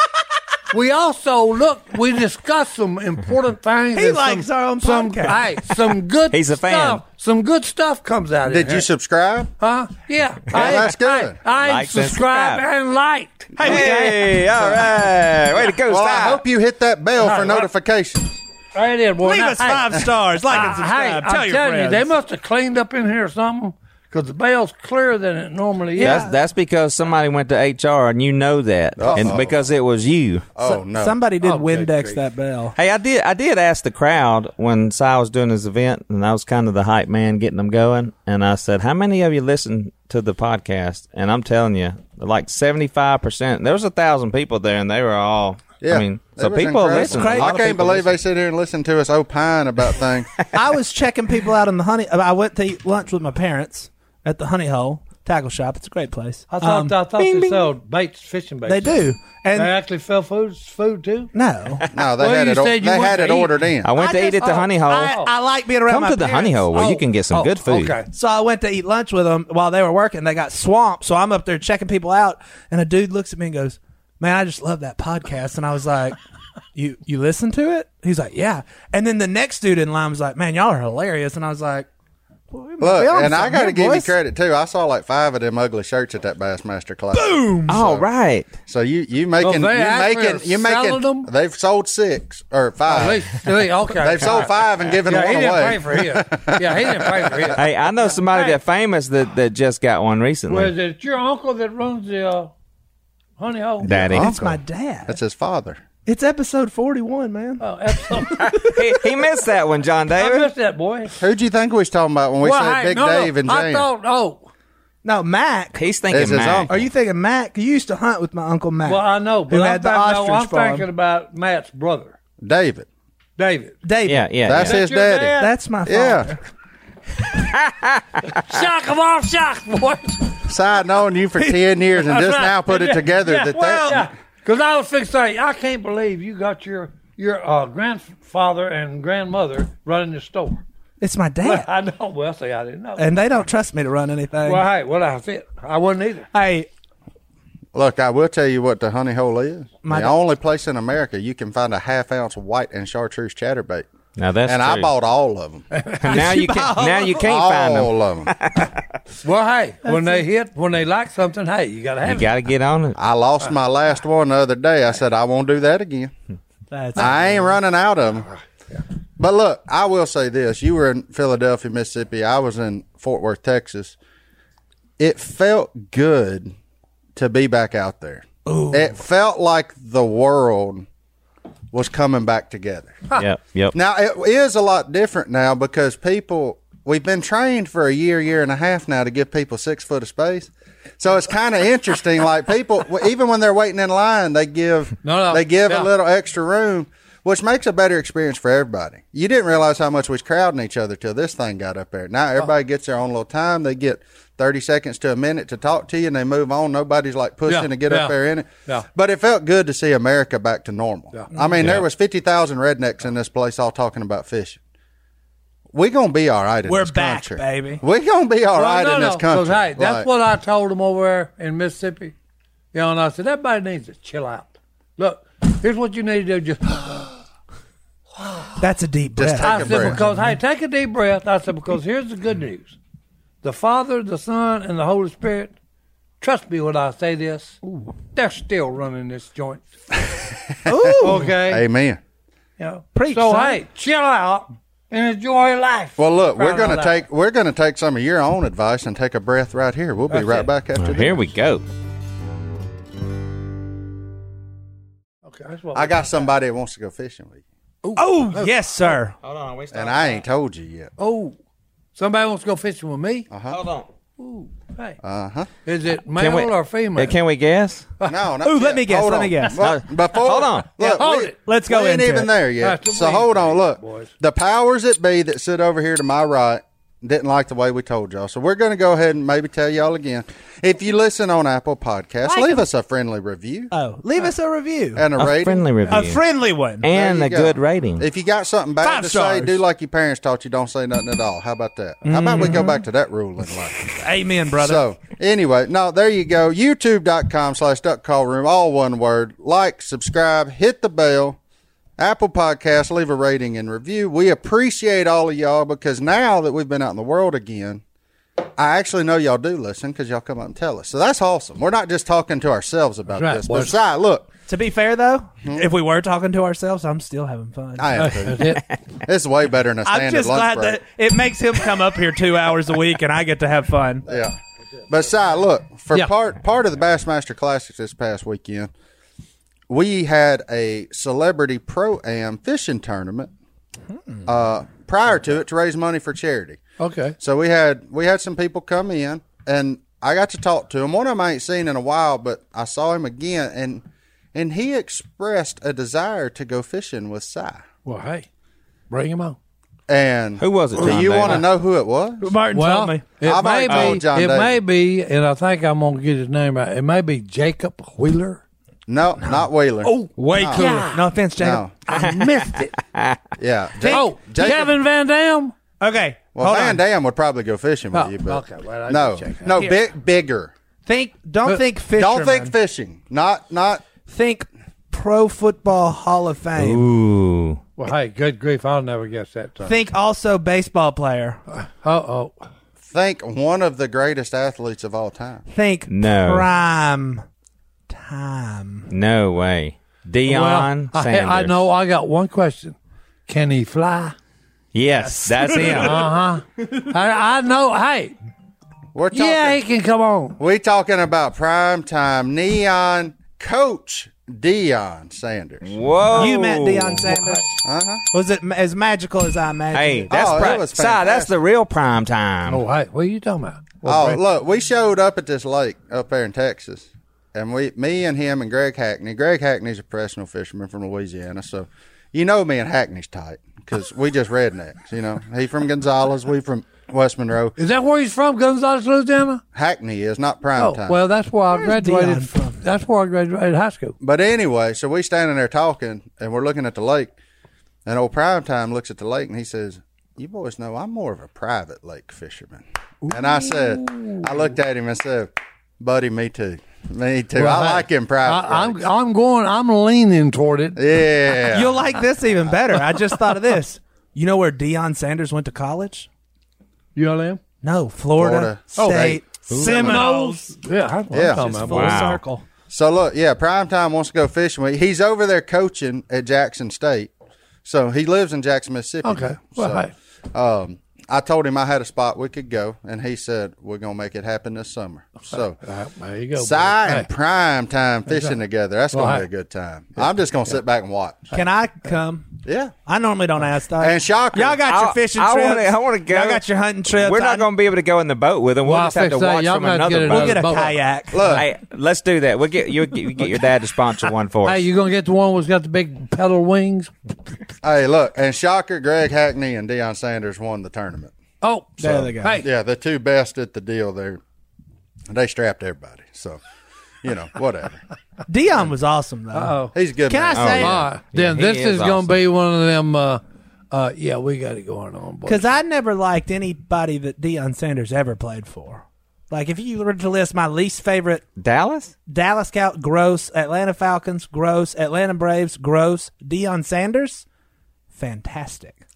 [SPEAKER 1] We also look. We discuss some important things.
[SPEAKER 3] He
[SPEAKER 1] and
[SPEAKER 3] likes
[SPEAKER 1] some,
[SPEAKER 3] our own
[SPEAKER 1] some,
[SPEAKER 3] podcast.
[SPEAKER 1] Hey, some good.
[SPEAKER 5] He's a
[SPEAKER 1] stuff,
[SPEAKER 5] fan.
[SPEAKER 1] Some good stuff comes out. of
[SPEAKER 2] Did
[SPEAKER 1] here.
[SPEAKER 2] you subscribe?
[SPEAKER 1] Huh? Yeah. I,
[SPEAKER 2] that's good.
[SPEAKER 1] I, I
[SPEAKER 5] Liked and
[SPEAKER 1] subscribed
[SPEAKER 5] subscribed.
[SPEAKER 1] and liked.
[SPEAKER 5] hey, all right, way to go,
[SPEAKER 2] Well, I
[SPEAKER 5] Sy.
[SPEAKER 2] hope you hit that bell for notifications.
[SPEAKER 1] Right in, boy.
[SPEAKER 3] Leave
[SPEAKER 1] Now,
[SPEAKER 3] us
[SPEAKER 1] hey,
[SPEAKER 3] five stars. Like and
[SPEAKER 1] uh,
[SPEAKER 3] subscribe.
[SPEAKER 1] hey,
[SPEAKER 3] Tell
[SPEAKER 1] I'm
[SPEAKER 3] your
[SPEAKER 1] telling you,
[SPEAKER 3] friends.
[SPEAKER 1] they must have cleaned up in here or something because the bell's clearer than it normally is.
[SPEAKER 5] That's that's because somebody went to HR and you know that, and because it was you.
[SPEAKER 2] Oh, no.
[SPEAKER 4] Somebody did
[SPEAKER 1] Oh, good
[SPEAKER 4] Windex
[SPEAKER 1] grief.
[SPEAKER 4] that bell.
[SPEAKER 5] Hey, I did I did ask the crowd when Cy was doing his event, and I was kind of the hype man, getting them going. And I said, "How many of you listen to the podcast?" And I'm telling you, like seventy five percent. There was a thousand people there, and they were all.
[SPEAKER 2] yeah.
[SPEAKER 5] I mean,
[SPEAKER 2] That
[SPEAKER 5] so
[SPEAKER 2] was
[SPEAKER 5] people
[SPEAKER 2] incredible.
[SPEAKER 5] listen. A lot
[SPEAKER 2] I
[SPEAKER 5] of
[SPEAKER 2] can't
[SPEAKER 5] people
[SPEAKER 2] believe
[SPEAKER 5] listen.
[SPEAKER 2] they sit here and listen to us opine about
[SPEAKER 1] [LAUGHS]
[SPEAKER 2] things.
[SPEAKER 4] I was checking people out on the honey. I went to eat lunch with my parents at the Honey Hole Tackle Shop. It's a great place.
[SPEAKER 1] I thought,
[SPEAKER 4] Um,
[SPEAKER 1] I thought
[SPEAKER 4] bing,
[SPEAKER 1] they
[SPEAKER 4] bing.
[SPEAKER 1] sell baits, fishing baits.
[SPEAKER 4] They do,
[SPEAKER 1] They
[SPEAKER 4] and
[SPEAKER 1] actually sell food, food too.
[SPEAKER 4] no.
[SPEAKER 2] No, they
[SPEAKER 1] Well,
[SPEAKER 2] had
[SPEAKER 1] you
[SPEAKER 2] it, or-
[SPEAKER 1] said you
[SPEAKER 2] they
[SPEAKER 1] went
[SPEAKER 2] had
[SPEAKER 1] to
[SPEAKER 2] it
[SPEAKER 1] eat.
[SPEAKER 2] ordered in.
[SPEAKER 5] I went to
[SPEAKER 4] I
[SPEAKER 5] eat
[SPEAKER 4] just-
[SPEAKER 5] at the
[SPEAKER 4] oh,
[SPEAKER 5] Honey Hole.
[SPEAKER 4] I, I like being around.
[SPEAKER 5] Come
[SPEAKER 4] my
[SPEAKER 5] to the Honey
[SPEAKER 4] parents.
[SPEAKER 5] Hole where you can get some
[SPEAKER 1] Oh,
[SPEAKER 5] good food.
[SPEAKER 1] Okay.
[SPEAKER 4] So I went to eat lunch with them while they were working. They got swamped, so I'm up there checking people out, and a dude looks at me and goes, "Man, I just love that podcast." And I was like, [LAUGHS] "You you listen to it?" He's like, "Yeah." And then the next dude in line was like, "Man, y'all are hilarious," and I was like, well, we might be
[SPEAKER 2] Look,
[SPEAKER 4] on
[SPEAKER 2] and I
[SPEAKER 4] something
[SPEAKER 2] got to
[SPEAKER 4] here,
[SPEAKER 2] give you
[SPEAKER 4] boys.
[SPEAKER 2] credit, too. I saw like five of them ugly shirts at that Bassmaster class. Boom!
[SPEAKER 5] All right.
[SPEAKER 2] So you you making
[SPEAKER 1] they
[SPEAKER 2] you
[SPEAKER 1] actually
[SPEAKER 2] making
[SPEAKER 1] are
[SPEAKER 2] you making
[SPEAKER 1] selling them?
[SPEAKER 2] they've sold six or
[SPEAKER 1] At
[SPEAKER 2] five.
[SPEAKER 1] least- at least- okay.
[SPEAKER 2] They've
[SPEAKER 1] all [LAUGHS]
[SPEAKER 2] sold
[SPEAKER 1] right.
[SPEAKER 2] five and given
[SPEAKER 1] Yeah, he
[SPEAKER 2] one
[SPEAKER 1] didn't
[SPEAKER 2] away.
[SPEAKER 1] pay for it. Yeah, he didn't pay for
[SPEAKER 5] [LAUGHS]
[SPEAKER 1] it.
[SPEAKER 5] Hey, I know somebody that famous that, that just got one
[SPEAKER 1] Well,
[SPEAKER 5] recently.
[SPEAKER 1] is it your uncle that runs the uh, honey hole?
[SPEAKER 5] Daddy.
[SPEAKER 4] It's my dad.
[SPEAKER 2] That's his father.
[SPEAKER 4] it's episode 41, man.
[SPEAKER 1] Oh, absolutely.
[SPEAKER 5] he, he missed that one, John
[SPEAKER 1] I
[SPEAKER 5] David.
[SPEAKER 1] missed that, boy.
[SPEAKER 2] Who'd you think we was talking about when we
[SPEAKER 1] well,
[SPEAKER 2] said
[SPEAKER 1] hey,
[SPEAKER 2] Big
[SPEAKER 1] no, no,
[SPEAKER 2] Dave and
[SPEAKER 1] I
[SPEAKER 2] James?
[SPEAKER 1] thought, oh,
[SPEAKER 4] No, Mac.
[SPEAKER 5] He's thinking
[SPEAKER 2] It's his
[SPEAKER 5] Mac.
[SPEAKER 2] uncle.
[SPEAKER 4] Are you thinking Mac? You used to hunt with my uncle Mac.
[SPEAKER 1] Well, I know, but
[SPEAKER 4] who
[SPEAKER 1] I'm,
[SPEAKER 4] had the
[SPEAKER 1] thinking- no,
[SPEAKER 4] ostrich
[SPEAKER 1] I'm
[SPEAKER 4] farm.
[SPEAKER 1] thinking about Matt's brother,
[SPEAKER 2] David.
[SPEAKER 1] David.
[SPEAKER 4] David.
[SPEAKER 5] Yeah, yeah.
[SPEAKER 2] That's
[SPEAKER 5] yeah.
[SPEAKER 2] his
[SPEAKER 1] your
[SPEAKER 2] daddy.
[SPEAKER 1] dad?
[SPEAKER 4] That's my father.
[SPEAKER 2] Yeah.
[SPEAKER 1] Oh. [LAUGHS] Shock him off, shock, [LAUGHS] boy.
[SPEAKER 2] Side known you for ten years and just
[SPEAKER 1] right.
[SPEAKER 2] now put it together
[SPEAKER 1] Yeah,
[SPEAKER 2] that
[SPEAKER 1] well,
[SPEAKER 2] that
[SPEAKER 1] because I was fixing. to say, I can't believe you got your your uh, grandfather and grandmother running the store. [LAUGHS]
[SPEAKER 4] It's my dad. [LAUGHS]
[SPEAKER 1] I know. Well, see, I didn't know.
[SPEAKER 4] and they don't trust me to run anything.
[SPEAKER 1] well, hey, well, that's it. I wasn't either.
[SPEAKER 4] hey,
[SPEAKER 2] Look, I will tell you what the honey hole is.
[SPEAKER 4] My
[SPEAKER 2] the
[SPEAKER 4] da-
[SPEAKER 2] only place in America you can find a half ounce white and chartreuse chatterbait.
[SPEAKER 5] Now that's
[SPEAKER 2] And I
[SPEAKER 5] true.
[SPEAKER 2] bought all of them.
[SPEAKER 5] [LAUGHS] Now you can't. Now you can't find them.
[SPEAKER 2] all of them.
[SPEAKER 1] Well, hey, when they hit, when they like something, hey, you gotta have
[SPEAKER 5] You got to get on it.
[SPEAKER 2] I lost my last one the other day. I said I won't do that again. [LAUGHS]
[SPEAKER 4] that's
[SPEAKER 2] I ain't running out of them. But look, I will say this: you were in Philadelphia, Mississippi. I was in Fort Worth, Texas. It felt good to be back out there. It felt like the world was coming back together.
[SPEAKER 5] [LAUGHS] Yep, yep.
[SPEAKER 2] Now it is a lot different now because people we've been trained for a year, year and a half now to give people six foot of space. So it's kind of interesting. Like people, even when they're waiting in line, they give
[SPEAKER 1] No, no,
[SPEAKER 2] they give
[SPEAKER 1] yeah.
[SPEAKER 2] a little extra room, which makes a better experience for everybody. You didn't realize how much we was crowding each other till this thing got up there. Now everybody gets their own little time. They get thirty seconds to a minute to talk to you, and they move on. Nobody's like pushing
[SPEAKER 1] Yeah,
[SPEAKER 2] to get
[SPEAKER 1] yeah,
[SPEAKER 2] up there in it.
[SPEAKER 1] yeah.
[SPEAKER 2] But it felt good to see America back to normal. I mean, there was fifty thousand rednecks in this place all talking about fishing. we gonna be all right in
[SPEAKER 4] We're
[SPEAKER 2] this
[SPEAKER 4] back,
[SPEAKER 2] country.
[SPEAKER 4] baby.
[SPEAKER 2] We're gonna be all
[SPEAKER 1] Well,
[SPEAKER 2] right
[SPEAKER 1] no,
[SPEAKER 2] in
[SPEAKER 1] no,
[SPEAKER 2] this country.
[SPEAKER 1] 'cause, hey, that's
[SPEAKER 2] Like,
[SPEAKER 1] what I told them over there in Mississippi. You know, and I said, everybody needs to chill out. Look, here's what you need to do. Just,
[SPEAKER 4] That's a deep breath.
[SPEAKER 2] Just take
[SPEAKER 1] I
[SPEAKER 2] a
[SPEAKER 1] said,
[SPEAKER 2] breath. Mm-hmm.
[SPEAKER 1] because, hey, take a deep breath. I said, because here's the good news. The Father, the Son, and the Holy Spirit, trust me when I say this, they're still running this
[SPEAKER 2] [LAUGHS]
[SPEAKER 1] joint. okay?
[SPEAKER 2] Amen.
[SPEAKER 1] You know,
[SPEAKER 4] Preach,
[SPEAKER 1] so,
[SPEAKER 4] son.
[SPEAKER 1] hey, chill out and enjoy life.
[SPEAKER 2] Well, look, we're
[SPEAKER 1] Crying out
[SPEAKER 2] gonna
[SPEAKER 1] loud.
[SPEAKER 2] take we're gonna take some of your own advice and take a breath right here. We'll be
[SPEAKER 1] That's
[SPEAKER 2] right
[SPEAKER 1] it.
[SPEAKER 2] back after
[SPEAKER 5] Here
[SPEAKER 2] this.
[SPEAKER 5] we go.
[SPEAKER 1] Okay, that's what
[SPEAKER 2] I
[SPEAKER 1] we-
[SPEAKER 2] got somebody that wants to go fishing with you,
[SPEAKER 4] oh, yes, sir.
[SPEAKER 5] Hold on, we
[SPEAKER 2] and I ain't told you yet.
[SPEAKER 1] Oh, somebody wants to go fishing with me?
[SPEAKER 2] Uh-huh.
[SPEAKER 5] Hold on.
[SPEAKER 1] Ooh, hey.
[SPEAKER 2] Uh huh.
[SPEAKER 1] Is it male or female?
[SPEAKER 5] Hey, Can we guess?
[SPEAKER 4] [LAUGHS]
[SPEAKER 2] No, not
[SPEAKER 4] Ooh, let
[SPEAKER 2] yet.
[SPEAKER 4] me guess,
[SPEAKER 2] Hold
[SPEAKER 4] let
[SPEAKER 2] on.
[SPEAKER 4] me guess.
[SPEAKER 2] Well, before,
[SPEAKER 5] Hold on.
[SPEAKER 2] Look,
[SPEAKER 1] hold
[SPEAKER 2] we,
[SPEAKER 1] it.
[SPEAKER 4] Let's go
[SPEAKER 2] we ain't
[SPEAKER 4] into
[SPEAKER 2] even
[SPEAKER 4] it.
[SPEAKER 2] there yet.
[SPEAKER 1] That's the
[SPEAKER 2] so
[SPEAKER 1] main
[SPEAKER 2] hold on.
[SPEAKER 1] thing,
[SPEAKER 2] Look,
[SPEAKER 1] boys.
[SPEAKER 2] the powers that be that sit over here to my right didn't like the way we told y'all. So we're going to go ahead and maybe tell y'all again. If you listen on Apple Podcasts, leave us a friendly review
[SPEAKER 4] Oh, leave us a review.
[SPEAKER 2] and a,
[SPEAKER 5] A
[SPEAKER 2] rating.
[SPEAKER 5] friendly review
[SPEAKER 4] A friendly one.
[SPEAKER 5] and
[SPEAKER 2] There
[SPEAKER 5] a
[SPEAKER 2] you
[SPEAKER 5] good
[SPEAKER 2] go.
[SPEAKER 5] rating.
[SPEAKER 2] If you got something bad
[SPEAKER 4] Five
[SPEAKER 2] to say,
[SPEAKER 4] stars.
[SPEAKER 2] do like your parents taught you. Don't say nothing at all. How about that? How about
[SPEAKER 4] Mm-hmm.
[SPEAKER 2] we go back to that rule in life?
[SPEAKER 4] Amen, brother.
[SPEAKER 2] So anyway, no, there you go. YouTube.com slash duck call room, all one word. Like, subscribe, hit the bell. Apple Podcasts, leave a rating and review. We appreciate all of y'all because now that we've been out in the world again, I actually know y'all do listen because y'all come up and tell us. So that's awesome. We're not just talking to ourselves about
[SPEAKER 1] Right,
[SPEAKER 2] this.
[SPEAKER 1] boys.
[SPEAKER 2] Besides, look,
[SPEAKER 4] to be fair, though, if we were talking to ourselves, I'm still having fun.
[SPEAKER 2] I
[SPEAKER 4] [LAUGHS]
[SPEAKER 2] am. too. this is way better than a standard
[SPEAKER 4] I'm just
[SPEAKER 2] lunch
[SPEAKER 4] glad
[SPEAKER 2] break.
[SPEAKER 4] that it makes him come up here two hours a week and I get to have fun.
[SPEAKER 2] Yeah. But Si, look, for
[SPEAKER 4] Yeah.
[SPEAKER 2] part part of the Bassmaster Classics this past weekend, we had a celebrity pro am fishing tournament uh, prior to it to raise money for charity.
[SPEAKER 1] Okay.
[SPEAKER 2] So we had we had some people come in, and I got to talk to him. One of them I ain't seen in a while, but I saw him again, and and he expressed a desire to go fishing with Si.
[SPEAKER 1] Well, hey, bring him on.
[SPEAKER 2] And
[SPEAKER 5] Who was it,
[SPEAKER 2] Do
[SPEAKER 5] John
[SPEAKER 2] you
[SPEAKER 5] Daly?
[SPEAKER 2] want to know who it was?
[SPEAKER 4] Martin
[SPEAKER 1] Well,
[SPEAKER 4] told me.
[SPEAKER 1] it
[SPEAKER 2] I've
[SPEAKER 1] may
[SPEAKER 2] already
[SPEAKER 1] be,
[SPEAKER 2] told John
[SPEAKER 1] it
[SPEAKER 2] Davis.
[SPEAKER 1] may be, and I think I'm gonna get his name right. It may be Jacob Wheeler.
[SPEAKER 2] No, not Wheeler.
[SPEAKER 1] Oh,
[SPEAKER 4] Way cooler.
[SPEAKER 1] Yeah.
[SPEAKER 4] No offense, Jacob.
[SPEAKER 2] no,
[SPEAKER 1] I missed it.
[SPEAKER 2] yeah.
[SPEAKER 1] [LAUGHS] oh,
[SPEAKER 2] Jacob-
[SPEAKER 1] Kevin Van Dam.
[SPEAKER 4] Okay.
[SPEAKER 2] Well,
[SPEAKER 4] hold
[SPEAKER 2] Van
[SPEAKER 4] on.
[SPEAKER 2] Dam would probably go fishing with
[SPEAKER 1] Oh,
[SPEAKER 2] you, but
[SPEAKER 1] okay. Well, I
[SPEAKER 2] no,
[SPEAKER 1] can check that.
[SPEAKER 2] no, big, bigger.
[SPEAKER 4] Think don't
[SPEAKER 1] Uh,
[SPEAKER 4] think fisherman.
[SPEAKER 2] Don't think fishing. Not, not.
[SPEAKER 4] think pro football hall of fame.
[SPEAKER 5] Ooh.
[SPEAKER 1] Well, hey, good grief! I'll never guess that time.
[SPEAKER 4] Think also baseball player.
[SPEAKER 1] Uh oh.
[SPEAKER 2] Think one of the greatest athletes of all time.
[SPEAKER 4] Think
[SPEAKER 5] No.
[SPEAKER 4] prime time.
[SPEAKER 5] No way. Dion
[SPEAKER 1] well,
[SPEAKER 5] Sanders.
[SPEAKER 1] I, I know. I got one question. Can he fly?
[SPEAKER 5] Yes, that's him.
[SPEAKER 1] Uh huh. I, I know. Hey,
[SPEAKER 2] We're talking.
[SPEAKER 1] yeah, he can come on.
[SPEAKER 2] we talking about prime time neon coach Dion Sanders.
[SPEAKER 5] Whoa.
[SPEAKER 4] You met Deion Sanders.
[SPEAKER 2] Uh-huh.
[SPEAKER 4] Was it ma- as magical as I imagined?
[SPEAKER 5] Hey,
[SPEAKER 4] it?
[SPEAKER 5] that's
[SPEAKER 2] Oh, that
[SPEAKER 5] pri-
[SPEAKER 2] was
[SPEAKER 5] Si, that's
[SPEAKER 2] fantastic.
[SPEAKER 5] the real prime time.
[SPEAKER 1] Oh, hey, what are you talking about?
[SPEAKER 2] Oh, look, we showed up at this lake up there in Texas, and we, me and him and Greg Hackney. Greg Hackney's a professional fisherman from Louisiana, so you know me and Hackney's tight because we just rednecks. You know, he from Gonzales, we from West Monroe.
[SPEAKER 1] Is that where he's from, Gonzales, Louisiana?
[SPEAKER 2] Hackney is not prime
[SPEAKER 1] Oh,
[SPEAKER 2] time.
[SPEAKER 1] well, that's where I
[SPEAKER 4] Where's Dion
[SPEAKER 1] graduated.
[SPEAKER 4] from?
[SPEAKER 1] That's where I graduated high school.
[SPEAKER 2] but anyway, so we standing there talking, and we're looking at the lake, and old prime time looks at the lake, and he says, "You boys know I'm more of a private lake fisherman." And I said, I looked at him and said, "Buddy, me too, me too. I
[SPEAKER 1] hey,
[SPEAKER 2] like him private."
[SPEAKER 1] I, I'm
[SPEAKER 2] lakes."
[SPEAKER 1] I'm going. I'm leaning toward it.
[SPEAKER 2] yeah,
[SPEAKER 4] You'll like this even better. I just thought of this. You know where Deion Sanders went to college?
[SPEAKER 1] ULM.
[SPEAKER 4] No, Florida,
[SPEAKER 2] Florida. Oh,
[SPEAKER 4] State
[SPEAKER 1] Seminoles.
[SPEAKER 4] Seminoles.
[SPEAKER 1] Yeah, that's what
[SPEAKER 2] Yeah.
[SPEAKER 1] I'm talking
[SPEAKER 4] Just
[SPEAKER 1] about.
[SPEAKER 4] full
[SPEAKER 5] Wow.
[SPEAKER 4] circle.
[SPEAKER 2] So look, yeah, Primetime wants to go fishing. with- He's over there coaching at Jackson State. So he lives in Jackson, Mississippi.
[SPEAKER 1] Okay. Well,
[SPEAKER 2] So, um, I told him I had a spot we could go, and he said we're gonna make it happen this
[SPEAKER 4] [LAUGHS]
[SPEAKER 2] summer. So
[SPEAKER 4] Oh,
[SPEAKER 1] hey, uh, there you go.
[SPEAKER 2] Si and prime time fishing together. That's
[SPEAKER 1] Well,
[SPEAKER 2] gonna
[SPEAKER 1] hey.
[SPEAKER 2] be a good time. I'm just gonna sit back and watch.
[SPEAKER 4] Can I come?
[SPEAKER 2] Yeah.
[SPEAKER 4] I normally don't ask that.
[SPEAKER 2] And shocker.
[SPEAKER 4] y'all got your
[SPEAKER 5] I-
[SPEAKER 4] fishing
[SPEAKER 5] I
[SPEAKER 4] trips.
[SPEAKER 5] wanna- I wanna go.
[SPEAKER 4] Y'all got your hunting trips.
[SPEAKER 5] We're not
[SPEAKER 4] I-
[SPEAKER 5] going to be able to go in the boat with him. We'll,
[SPEAKER 1] Well, I
[SPEAKER 5] just have to
[SPEAKER 1] fix that.
[SPEAKER 5] watch
[SPEAKER 1] Y'all
[SPEAKER 5] from
[SPEAKER 1] might
[SPEAKER 5] another
[SPEAKER 1] get
[SPEAKER 5] boat.
[SPEAKER 4] We'll get a
[SPEAKER 1] Boat.
[SPEAKER 4] kayak.
[SPEAKER 2] Look,
[SPEAKER 5] Hey, let's do that. We'll get you get your dad to sponsor one for
[SPEAKER 1] [LAUGHS]
[SPEAKER 5] us.
[SPEAKER 1] Hey, you gonna get the one who's got the big pedal wings?
[SPEAKER 2] hey, look, and shocker, Greg Hackney and Deion Sanders won the tournament.
[SPEAKER 1] Oh,
[SPEAKER 4] There they go.
[SPEAKER 1] Hey,
[SPEAKER 2] Yeah, the two best at the deal there. They strapped everybody. So, you know, whatever.
[SPEAKER 4] Dion was awesome
[SPEAKER 1] oh,
[SPEAKER 4] though.
[SPEAKER 2] He's a good
[SPEAKER 4] Can I
[SPEAKER 5] Oh,
[SPEAKER 2] man.
[SPEAKER 4] say-
[SPEAKER 1] All right. then
[SPEAKER 5] he
[SPEAKER 1] this
[SPEAKER 5] is
[SPEAKER 1] is, gonna
[SPEAKER 5] awesome.
[SPEAKER 1] be one of them uh, Uh, yeah, we got it going on. oh, boys.
[SPEAKER 4] Because I never liked anybody that Deion Sanders ever played for. Like, if you were to list my least favorite
[SPEAKER 5] Dallas?
[SPEAKER 4] Dallas Scout, gross. Atlanta Falcons, gross. Atlanta Braves, gross. Deion Sanders, fantastic.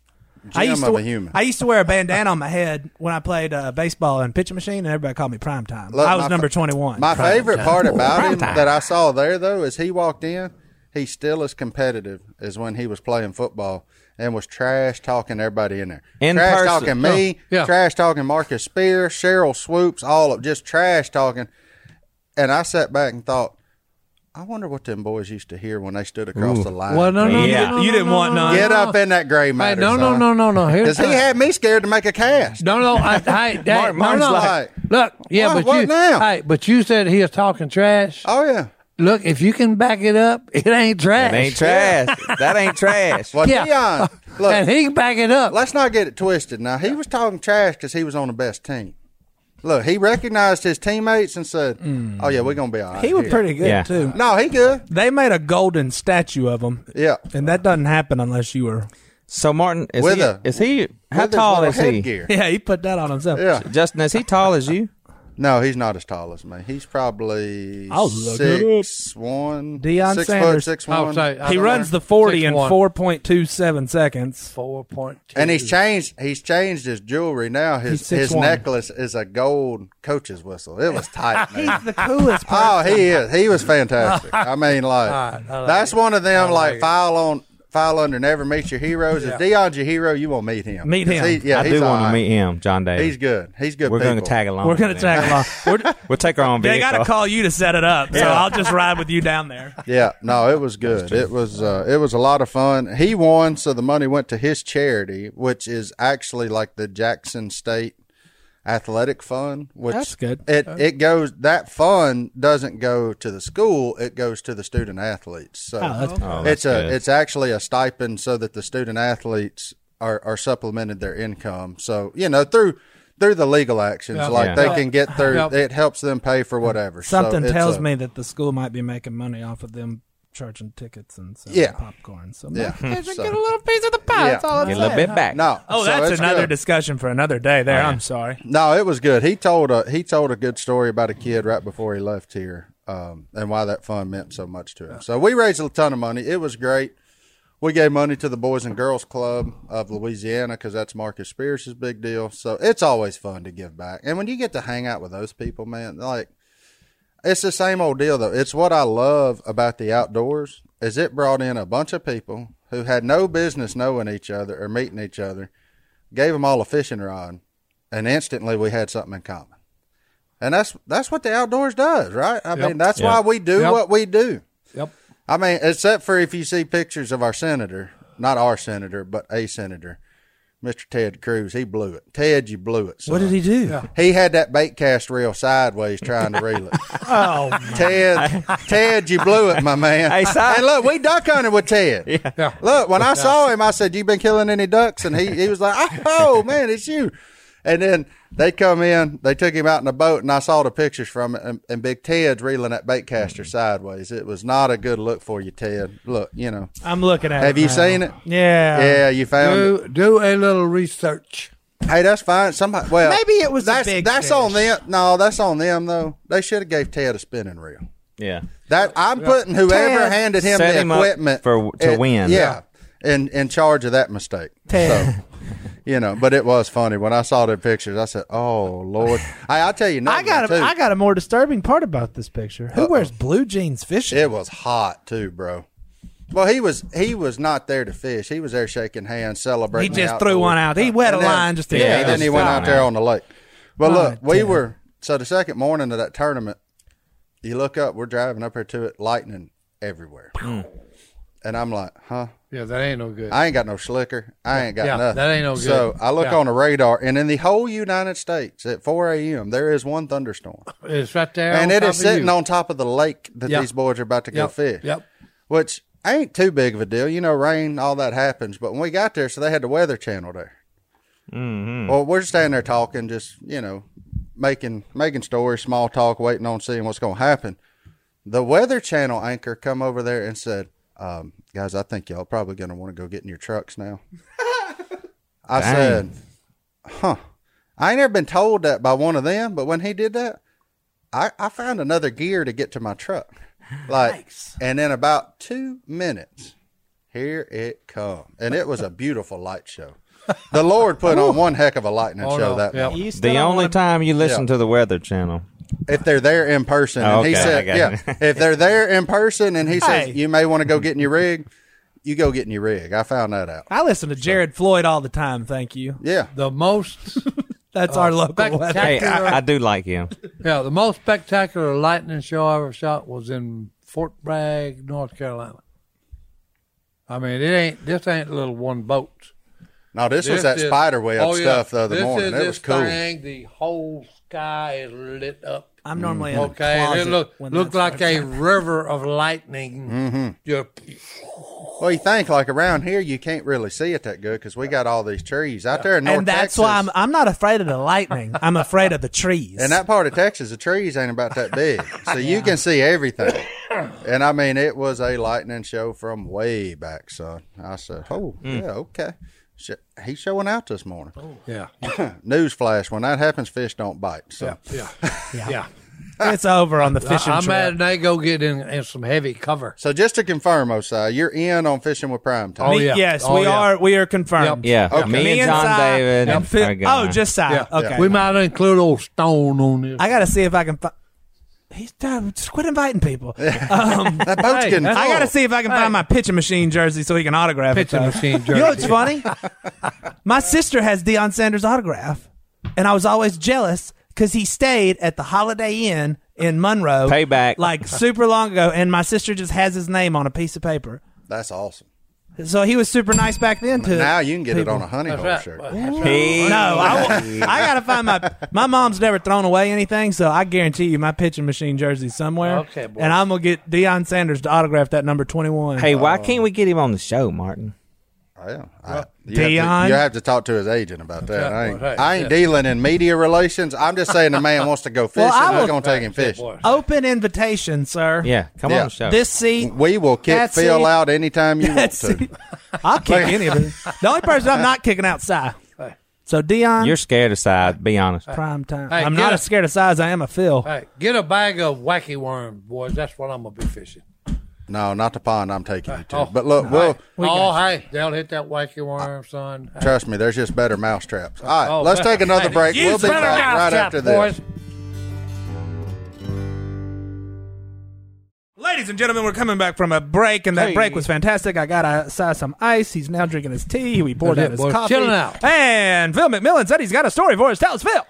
[SPEAKER 4] I
[SPEAKER 2] Gem
[SPEAKER 4] used to,
[SPEAKER 2] of a human.
[SPEAKER 4] I used to wear a bandana on my head when I played uh, baseball and pitching machine, and everybody called me prime time.
[SPEAKER 2] Look,
[SPEAKER 4] I was
[SPEAKER 2] my-
[SPEAKER 4] number 21.
[SPEAKER 2] My favorite part about him
[SPEAKER 5] time.
[SPEAKER 2] that I saw there though is he walked in, he's still as competitive as when he was playing football and was trash talking everybody in there.
[SPEAKER 5] In
[SPEAKER 2] trash
[SPEAKER 5] person.
[SPEAKER 2] talking me,
[SPEAKER 1] Oh, Yeah.
[SPEAKER 2] trash talking Marcus Spear, Cheryl Swoops, all of just trash talking. And I sat back and thought, I wonder what them boys used to hear when they stood across the line.
[SPEAKER 1] well, no, no, no,
[SPEAKER 5] Yeah.
[SPEAKER 1] no,
[SPEAKER 4] You
[SPEAKER 1] no,
[SPEAKER 4] didn't
[SPEAKER 1] no,
[SPEAKER 4] want
[SPEAKER 1] no,
[SPEAKER 4] none.
[SPEAKER 2] Get
[SPEAKER 1] no.
[SPEAKER 2] up in that gray
[SPEAKER 1] Hey,
[SPEAKER 2] matter.
[SPEAKER 1] no, no,
[SPEAKER 2] son.
[SPEAKER 1] no, no, no. Here's
[SPEAKER 2] Because he had me scared to make a cast.
[SPEAKER 1] No, no, I, I, hey, no,
[SPEAKER 5] Mark- Mark's
[SPEAKER 1] no.
[SPEAKER 2] like-
[SPEAKER 1] look, yeah,
[SPEAKER 2] What-
[SPEAKER 1] but
[SPEAKER 2] what
[SPEAKER 1] you,
[SPEAKER 2] now?
[SPEAKER 1] hey, but you said he was talking trash.
[SPEAKER 2] Oh yeah.
[SPEAKER 1] Look, if you can back it up, [LAUGHS] it ain't trash.
[SPEAKER 5] That ain't trash. that
[SPEAKER 2] [LAUGHS]
[SPEAKER 5] ain't trash.
[SPEAKER 2] Well,
[SPEAKER 1] Yeah. [LAUGHS]
[SPEAKER 2] Deion, look,
[SPEAKER 1] and he can back it up.
[SPEAKER 2] let's not get it twisted. Now he was talking trash because he was on the best team. Look, he recognized his teammates and said, "Oh yeah, we're gonna be all right."
[SPEAKER 4] he was
[SPEAKER 2] here."
[SPEAKER 4] pretty good,
[SPEAKER 5] Yeah.
[SPEAKER 4] too.
[SPEAKER 2] No, he good.
[SPEAKER 4] They made a golden statue of him,
[SPEAKER 2] Yeah,
[SPEAKER 4] and that doesn't happen unless you were. [LAUGHS]
[SPEAKER 5] So Martin, is
[SPEAKER 2] With
[SPEAKER 5] he?
[SPEAKER 2] a-
[SPEAKER 5] is he? How
[SPEAKER 2] With his
[SPEAKER 5] tall
[SPEAKER 2] little
[SPEAKER 5] is he?
[SPEAKER 2] headgear.
[SPEAKER 4] Yeah, he put that on himself.
[SPEAKER 2] Yeah.
[SPEAKER 5] Justin, is he tall as you?
[SPEAKER 2] No, he's not as tall as me. He's probably
[SPEAKER 4] I'll look it
[SPEAKER 2] six one.
[SPEAKER 4] Deion
[SPEAKER 2] six foot
[SPEAKER 4] Sanders.
[SPEAKER 2] six
[SPEAKER 1] I'll
[SPEAKER 2] one.
[SPEAKER 1] say- I
[SPEAKER 4] He
[SPEAKER 1] don't
[SPEAKER 4] runs
[SPEAKER 1] know.
[SPEAKER 4] the 40 in
[SPEAKER 1] 6'1".
[SPEAKER 4] 4.27 seconds.
[SPEAKER 1] four point two.
[SPEAKER 2] and he's changed. He's changed his jewelry now. His
[SPEAKER 4] He's
[SPEAKER 2] his
[SPEAKER 4] 6'1".
[SPEAKER 2] necklace is a gold coach's whistle. It was
[SPEAKER 4] [LAUGHS]
[SPEAKER 2] tight, man.
[SPEAKER 4] the coolest
[SPEAKER 2] Oh, he is. He was
[SPEAKER 4] [LAUGHS]
[SPEAKER 2] fantastic. I mean, like, that's one of them. Like, file on, file under, never meet your heroes. If Dion's your hero, you won't meet him.
[SPEAKER 4] Meet
[SPEAKER 2] 'Cause
[SPEAKER 4] him.
[SPEAKER 2] He, [LAUGHS] yeah,
[SPEAKER 5] I
[SPEAKER 2] he's
[SPEAKER 5] do
[SPEAKER 2] all
[SPEAKER 5] want
[SPEAKER 2] right.
[SPEAKER 5] to meet him, John Davis.
[SPEAKER 2] He's good. He's good.
[SPEAKER 5] We're going to
[SPEAKER 2] people.
[SPEAKER 5] tag along.
[SPEAKER 4] We're going to
[SPEAKER 5] with him.
[SPEAKER 4] tag along. [LAUGHS] We're-
[SPEAKER 5] We'll take our own
[SPEAKER 4] they
[SPEAKER 5] vehicle.
[SPEAKER 4] got to call you to set it up, so I'll just ride with you down [LAUGHS] there.
[SPEAKER 2] Yeah, no, it was good. It was uh, it was a lot of fun. He won, so the money went to his charity, which is actually like the Jackson State Athletic Fund. Which
[SPEAKER 4] That's good.
[SPEAKER 2] It it goes that fund doesn't go to the school; it goes to the student athletes. So
[SPEAKER 5] Oh, that's
[SPEAKER 2] it's a
[SPEAKER 5] good.
[SPEAKER 2] it's actually a stipend so that the student athletes are, are supplemented their income. So you know through through the legal actions, like
[SPEAKER 5] Yeah.
[SPEAKER 2] they can get through.
[SPEAKER 1] Yep.
[SPEAKER 2] It helps them pay for whatever. So
[SPEAKER 4] Something
[SPEAKER 2] it's
[SPEAKER 4] tells
[SPEAKER 2] a-
[SPEAKER 4] me that the school might be making money off of them charging tickets and selling
[SPEAKER 2] Yeah.
[SPEAKER 4] popcorn. So
[SPEAKER 2] Yeah.
[SPEAKER 4] maybe they
[SPEAKER 2] So-
[SPEAKER 4] get a little piece of the pie. That's
[SPEAKER 2] Yeah.
[SPEAKER 4] all I'm
[SPEAKER 5] Get a
[SPEAKER 4] saying.
[SPEAKER 5] little bit back.
[SPEAKER 2] No,
[SPEAKER 4] Oh,
[SPEAKER 2] so
[SPEAKER 4] that's
[SPEAKER 2] it's
[SPEAKER 4] another
[SPEAKER 2] good.
[SPEAKER 4] discussion for another day. There, I'm sorry.
[SPEAKER 2] No, it was good. He told a he told a good story about a kid right before he left here, um, and why that fund meant so much to him. So we raised a ton of money. It was great. We gave money to the Boys and Girls Club of Louisiana because that's Marcus Spears' big deal. So it's always fun to give back, and when you get to hang out with those people, man, like it's the same old deal though. It's what I love about the outdoors is it brought in a bunch of people who had no business knowing each other or meeting each other, gave them all a fishing rod, and instantly we had something in common. And that's that's what the outdoors does, right? I mean, that's why we do
[SPEAKER 1] Yep.
[SPEAKER 2] what we do.
[SPEAKER 1] Yep.
[SPEAKER 2] I mean, except for if you see pictures of our senator, not our senator, but a senator, Mr. Ted Cruz, he blew it. Ted, you blew it. son.
[SPEAKER 4] What did he do?
[SPEAKER 2] He had that bait cast reel sideways trying to
[SPEAKER 4] [LAUGHS]
[SPEAKER 2] reel it. oh, Ted, Ted, you blew it, my man.
[SPEAKER 5] Hey, Si-
[SPEAKER 2] Hey, look, we duck hunted with Ted.
[SPEAKER 1] Yeah.
[SPEAKER 2] Look, when I saw him, I said, "You been killing any ducks?" And he he was like, "Oh man, it's you." And then they come in, they took him out in a boat, and I saw the pictures from it. And, and Big Ted's reeling that bait caster
[SPEAKER 4] Mm-hmm.
[SPEAKER 2] sideways. It was not a good look for you, Ted. Look, you know,
[SPEAKER 4] I'm looking at.
[SPEAKER 2] have
[SPEAKER 4] it
[SPEAKER 2] you
[SPEAKER 4] now.
[SPEAKER 2] seen it?
[SPEAKER 4] Yeah.
[SPEAKER 2] Yeah, you found it.
[SPEAKER 1] Do do a little research.
[SPEAKER 2] Hey, that's fine. Somebody, well,
[SPEAKER 4] Maybe it was a
[SPEAKER 2] that's
[SPEAKER 4] big
[SPEAKER 2] that's
[SPEAKER 4] fish.
[SPEAKER 2] on them. No, that's on them though. They should have gave Ted a spinning reel.
[SPEAKER 5] yeah.
[SPEAKER 2] That I'm putting whoever
[SPEAKER 4] Ted
[SPEAKER 2] handed him
[SPEAKER 5] set
[SPEAKER 2] the
[SPEAKER 5] him up
[SPEAKER 2] equipment
[SPEAKER 5] for- to
[SPEAKER 2] it-
[SPEAKER 5] win.
[SPEAKER 2] Yeah, in in charge of that mistake.
[SPEAKER 4] Ted.
[SPEAKER 2] So, [LAUGHS] you know, but it was funny when I saw the pictures. I said, "Oh Lord!" I I tell you,
[SPEAKER 4] I got
[SPEAKER 2] too.
[SPEAKER 4] a, I got a more disturbing part about this picture. Who wears blue jeans fishing?
[SPEAKER 2] It was hot too, bro. Well, he was he was not there to fish. He was there shaking hands,
[SPEAKER 4] he
[SPEAKER 2] celebrating. the
[SPEAKER 4] just threw
[SPEAKER 2] outdoors.
[SPEAKER 4] one out. He wet a
[SPEAKER 2] And then-
[SPEAKER 4] line just to
[SPEAKER 5] Yeah,
[SPEAKER 2] Yeah,
[SPEAKER 5] he
[SPEAKER 2] and then he
[SPEAKER 5] just
[SPEAKER 2] went
[SPEAKER 5] threw
[SPEAKER 2] out
[SPEAKER 5] it
[SPEAKER 2] there
[SPEAKER 5] out.
[SPEAKER 2] on the lake. Well, look, we
[SPEAKER 4] damn.
[SPEAKER 2] were so the second morning of that tournament. You look up, we're driving up here to it, lightning everywhere,
[SPEAKER 1] Hmm.
[SPEAKER 2] and I'm like, huh?
[SPEAKER 1] Yeah, that ain't no good.
[SPEAKER 2] I ain't got no slicker. I ain't got
[SPEAKER 1] Yeah,
[SPEAKER 2] nothing.
[SPEAKER 1] that ain't no
[SPEAKER 2] So
[SPEAKER 1] good.
[SPEAKER 2] I look
[SPEAKER 1] Yeah.
[SPEAKER 2] on the radar, and in the whole United States at 4 a.m. there is one thunderstorm,
[SPEAKER 1] it's right there,
[SPEAKER 2] and
[SPEAKER 1] on
[SPEAKER 2] it
[SPEAKER 1] top
[SPEAKER 2] is
[SPEAKER 1] of
[SPEAKER 2] sitting
[SPEAKER 1] you.
[SPEAKER 2] on top of the lake that
[SPEAKER 1] Yeah.
[SPEAKER 2] these boys are about to go
[SPEAKER 1] Yep,
[SPEAKER 2] fish.
[SPEAKER 1] yep.
[SPEAKER 2] Which ain't too big of a deal, you know. Rain, all that happens. But when we got there, so they had the Weather Channel there. Well, we're standing there talking, just you know, making making stories, small talk, waiting on seeing what's going to happen. The Weather Channel anchor come over there and said, um, "Guys, I think y'all probably going to want to go get in your trucks now." I
[SPEAKER 5] Dang.
[SPEAKER 2] said, huh. I ain't never been told that by one of them, but when he did that, I, I found another gear to get to my truck. Like, and in about two minutes, here it come. And it was a beautiful light show. The Lord put on one heck of a lightning
[SPEAKER 1] Oh,
[SPEAKER 2] show
[SPEAKER 1] no.
[SPEAKER 2] that
[SPEAKER 1] Yeah.
[SPEAKER 2] night.
[SPEAKER 4] You still
[SPEAKER 5] The
[SPEAKER 4] don't
[SPEAKER 5] only
[SPEAKER 4] wanna-
[SPEAKER 5] time you listen to the Weather Channel.
[SPEAKER 2] if they're there in person. And he
[SPEAKER 5] Okay,
[SPEAKER 2] said,
[SPEAKER 5] I
[SPEAKER 2] yeah,
[SPEAKER 5] got
[SPEAKER 2] if they're there in person and he
[SPEAKER 4] Hey.
[SPEAKER 2] says, you may want to go get in your rig, you go get in your rig. I found that out.
[SPEAKER 4] I listen to Jared Floyd all the time. Thank you.
[SPEAKER 2] Yeah.
[SPEAKER 1] The [LAUGHS] most
[SPEAKER 4] That's our
[SPEAKER 1] Uh, back-
[SPEAKER 4] local weather.
[SPEAKER 5] Hey,
[SPEAKER 1] Spectacular.
[SPEAKER 5] I, I do like him.
[SPEAKER 1] yeah, the most spectacular lightning show I ever shot was in Fort Bragg, North Carolina. I mean, it ain't this ain't little one boat.
[SPEAKER 2] No, this, was that
[SPEAKER 1] is-
[SPEAKER 2] spider web
[SPEAKER 1] oh, yeah.
[SPEAKER 2] stuff the other
[SPEAKER 1] This
[SPEAKER 2] morning.
[SPEAKER 1] Is,
[SPEAKER 2] It
[SPEAKER 1] this
[SPEAKER 2] was cool.
[SPEAKER 1] Thing, the whole sky is lit up.
[SPEAKER 4] I'm normally in
[SPEAKER 1] Okay,
[SPEAKER 4] the
[SPEAKER 1] and
[SPEAKER 4] closet
[SPEAKER 1] it looked
[SPEAKER 4] when
[SPEAKER 1] looked
[SPEAKER 4] that's-
[SPEAKER 1] like a river of lightning.
[SPEAKER 2] Mm-hmm.
[SPEAKER 1] Just-
[SPEAKER 2] Well, you think like around here, you can't really see it that good because we got all these trees out there in North
[SPEAKER 4] and that's
[SPEAKER 2] Texas,
[SPEAKER 4] why I'm I'm not afraid of the lightning. I'm afraid of the trees.
[SPEAKER 2] in that part of Texas, the trees ain't about that big, so you can see everything. And I mean, it was a lightning show from way back, son. I said, "Oh,
[SPEAKER 1] Mm.
[SPEAKER 2] yeah, okay." Sh- He's showing out this morning.
[SPEAKER 1] yeah,
[SPEAKER 2] Newsflash: When that happens, fish don't bite. So
[SPEAKER 1] yeah, [LAUGHS] yeah.
[SPEAKER 4] it's over on the fishing
[SPEAKER 1] I'm
[SPEAKER 4] trip.
[SPEAKER 1] mad they go get in, in some heavy cover.
[SPEAKER 2] So just to confirm, Osai, you're in on fishing with prime time.
[SPEAKER 1] Oh,
[SPEAKER 4] Me-
[SPEAKER 1] yeah.
[SPEAKER 4] Yes,
[SPEAKER 1] Oh,
[SPEAKER 4] we
[SPEAKER 1] yeah.
[SPEAKER 4] are. We are confirmed.
[SPEAKER 5] Yeah,
[SPEAKER 2] Okay.
[SPEAKER 5] me
[SPEAKER 4] Me
[SPEAKER 5] and
[SPEAKER 4] and
[SPEAKER 5] John
[SPEAKER 4] Si
[SPEAKER 5] David.
[SPEAKER 4] And
[SPEAKER 5] are
[SPEAKER 4] Fi- oh,
[SPEAKER 5] gone.
[SPEAKER 4] just side.
[SPEAKER 1] Yeah,
[SPEAKER 4] Okay.
[SPEAKER 1] We might include old Stone on this.
[SPEAKER 4] I got to see if I can. Fi- He's done. Just quit
[SPEAKER 1] [LAUGHS]
[SPEAKER 4] inviting people. Um,
[SPEAKER 2] That boat's
[SPEAKER 1] Hey,
[SPEAKER 2] getting full.
[SPEAKER 1] that's-
[SPEAKER 4] I got to see if I can find my pitching machine jersey so he can autograph
[SPEAKER 1] Oh. pitching
[SPEAKER 4] it. though.
[SPEAKER 1] machine jersey.
[SPEAKER 4] You know what's funny? my sister has Deion Sanders' autograph, and I was always jealous because he stayed at the Holiday Inn in Monroe.
[SPEAKER 5] Payback.
[SPEAKER 4] Like super long ago, and my sister just has his name on a piece of paper.
[SPEAKER 2] That's awesome.
[SPEAKER 4] So he was super nice back then, too.
[SPEAKER 2] Now you can get
[SPEAKER 4] People.
[SPEAKER 2] it on a honey hole
[SPEAKER 1] That's
[SPEAKER 2] shirt.
[SPEAKER 1] right. That's right.
[SPEAKER 5] He-
[SPEAKER 4] No, I, wa- I gotta find my my mom's never thrown away anything, so I guarantee you my pitching machine jersey somewhere.
[SPEAKER 1] Okay, boy.
[SPEAKER 4] and I'm gonna get Deion Sanders to autograph that number twenty one.
[SPEAKER 5] Hey, why can't we get him on the show, Martin?
[SPEAKER 2] Oh, Yeah, I, you, have
[SPEAKER 4] Dion?
[SPEAKER 2] to, you have to talk to his agent about
[SPEAKER 1] right,
[SPEAKER 2] that. I ain't,
[SPEAKER 1] right,
[SPEAKER 2] I ain't
[SPEAKER 1] yeah.
[SPEAKER 2] dealing in media relations. I'm just saying the man wants to go fishing.
[SPEAKER 4] I
[SPEAKER 2] we're
[SPEAKER 4] will-
[SPEAKER 2] going to take him
[SPEAKER 1] Good
[SPEAKER 2] fishing.
[SPEAKER 1] boy.
[SPEAKER 4] open invitation, sir.
[SPEAKER 5] Yeah, come
[SPEAKER 2] Yeah.
[SPEAKER 5] on the show.
[SPEAKER 4] this
[SPEAKER 1] [LAUGHS]
[SPEAKER 4] seat.
[SPEAKER 2] We will kick
[SPEAKER 4] That's
[SPEAKER 2] Phil
[SPEAKER 4] it.
[SPEAKER 2] out anytime you want
[SPEAKER 4] That's
[SPEAKER 2] to.
[SPEAKER 4] it. I'll kick any of it. The only person I'm not kicking out Si. So Dion,
[SPEAKER 5] You're scared of side. Be honest.
[SPEAKER 4] prime time.
[SPEAKER 1] Hey,
[SPEAKER 4] I'm
[SPEAKER 1] get
[SPEAKER 4] not
[SPEAKER 1] a-
[SPEAKER 4] as scared of size. I am a Phil.
[SPEAKER 1] Hey, get a bag of wacky worms, boys. That's what I'm gonna be fishing.
[SPEAKER 2] No, not the pond I'm taking you to.
[SPEAKER 1] Oh,
[SPEAKER 2] but look, we'll
[SPEAKER 1] oh, hey, they'll hit that wacky worm, son.
[SPEAKER 2] trust me. There's just better mouse traps. All right,
[SPEAKER 1] Oh, [LAUGHS]
[SPEAKER 2] let's take
[SPEAKER 1] hey,
[SPEAKER 2] another break.
[SPEAKER 1] use
[SPEAKER 2] We'll be
[SPEAKER 1] better
[SPEAKER 2] back right
[SPEAKER 1] mousetrap,
[SPEAKER 2] after this.
[SPEAKER 1] boys.
[SPEAKER 4] Ladies and gentlemen, we're coming back from a break, and that
[SPEAKER 1] Hey.
[SPEAKER 4] break was fantastic. I got outside some ice. He's now drinking his tea. We poured
[SPEAKER 1] That's
[SPEAKER 4] out
[SPEAKER 1] it,
[SPEAKER 4] his
[SPEAKER 1] boys.
[SPEAKER 4] coffee.
[SPEAKER 1] Chilling out.
[SPEAKER 4] And Phil McMillan said he's got a story for us. Tell us, Phil.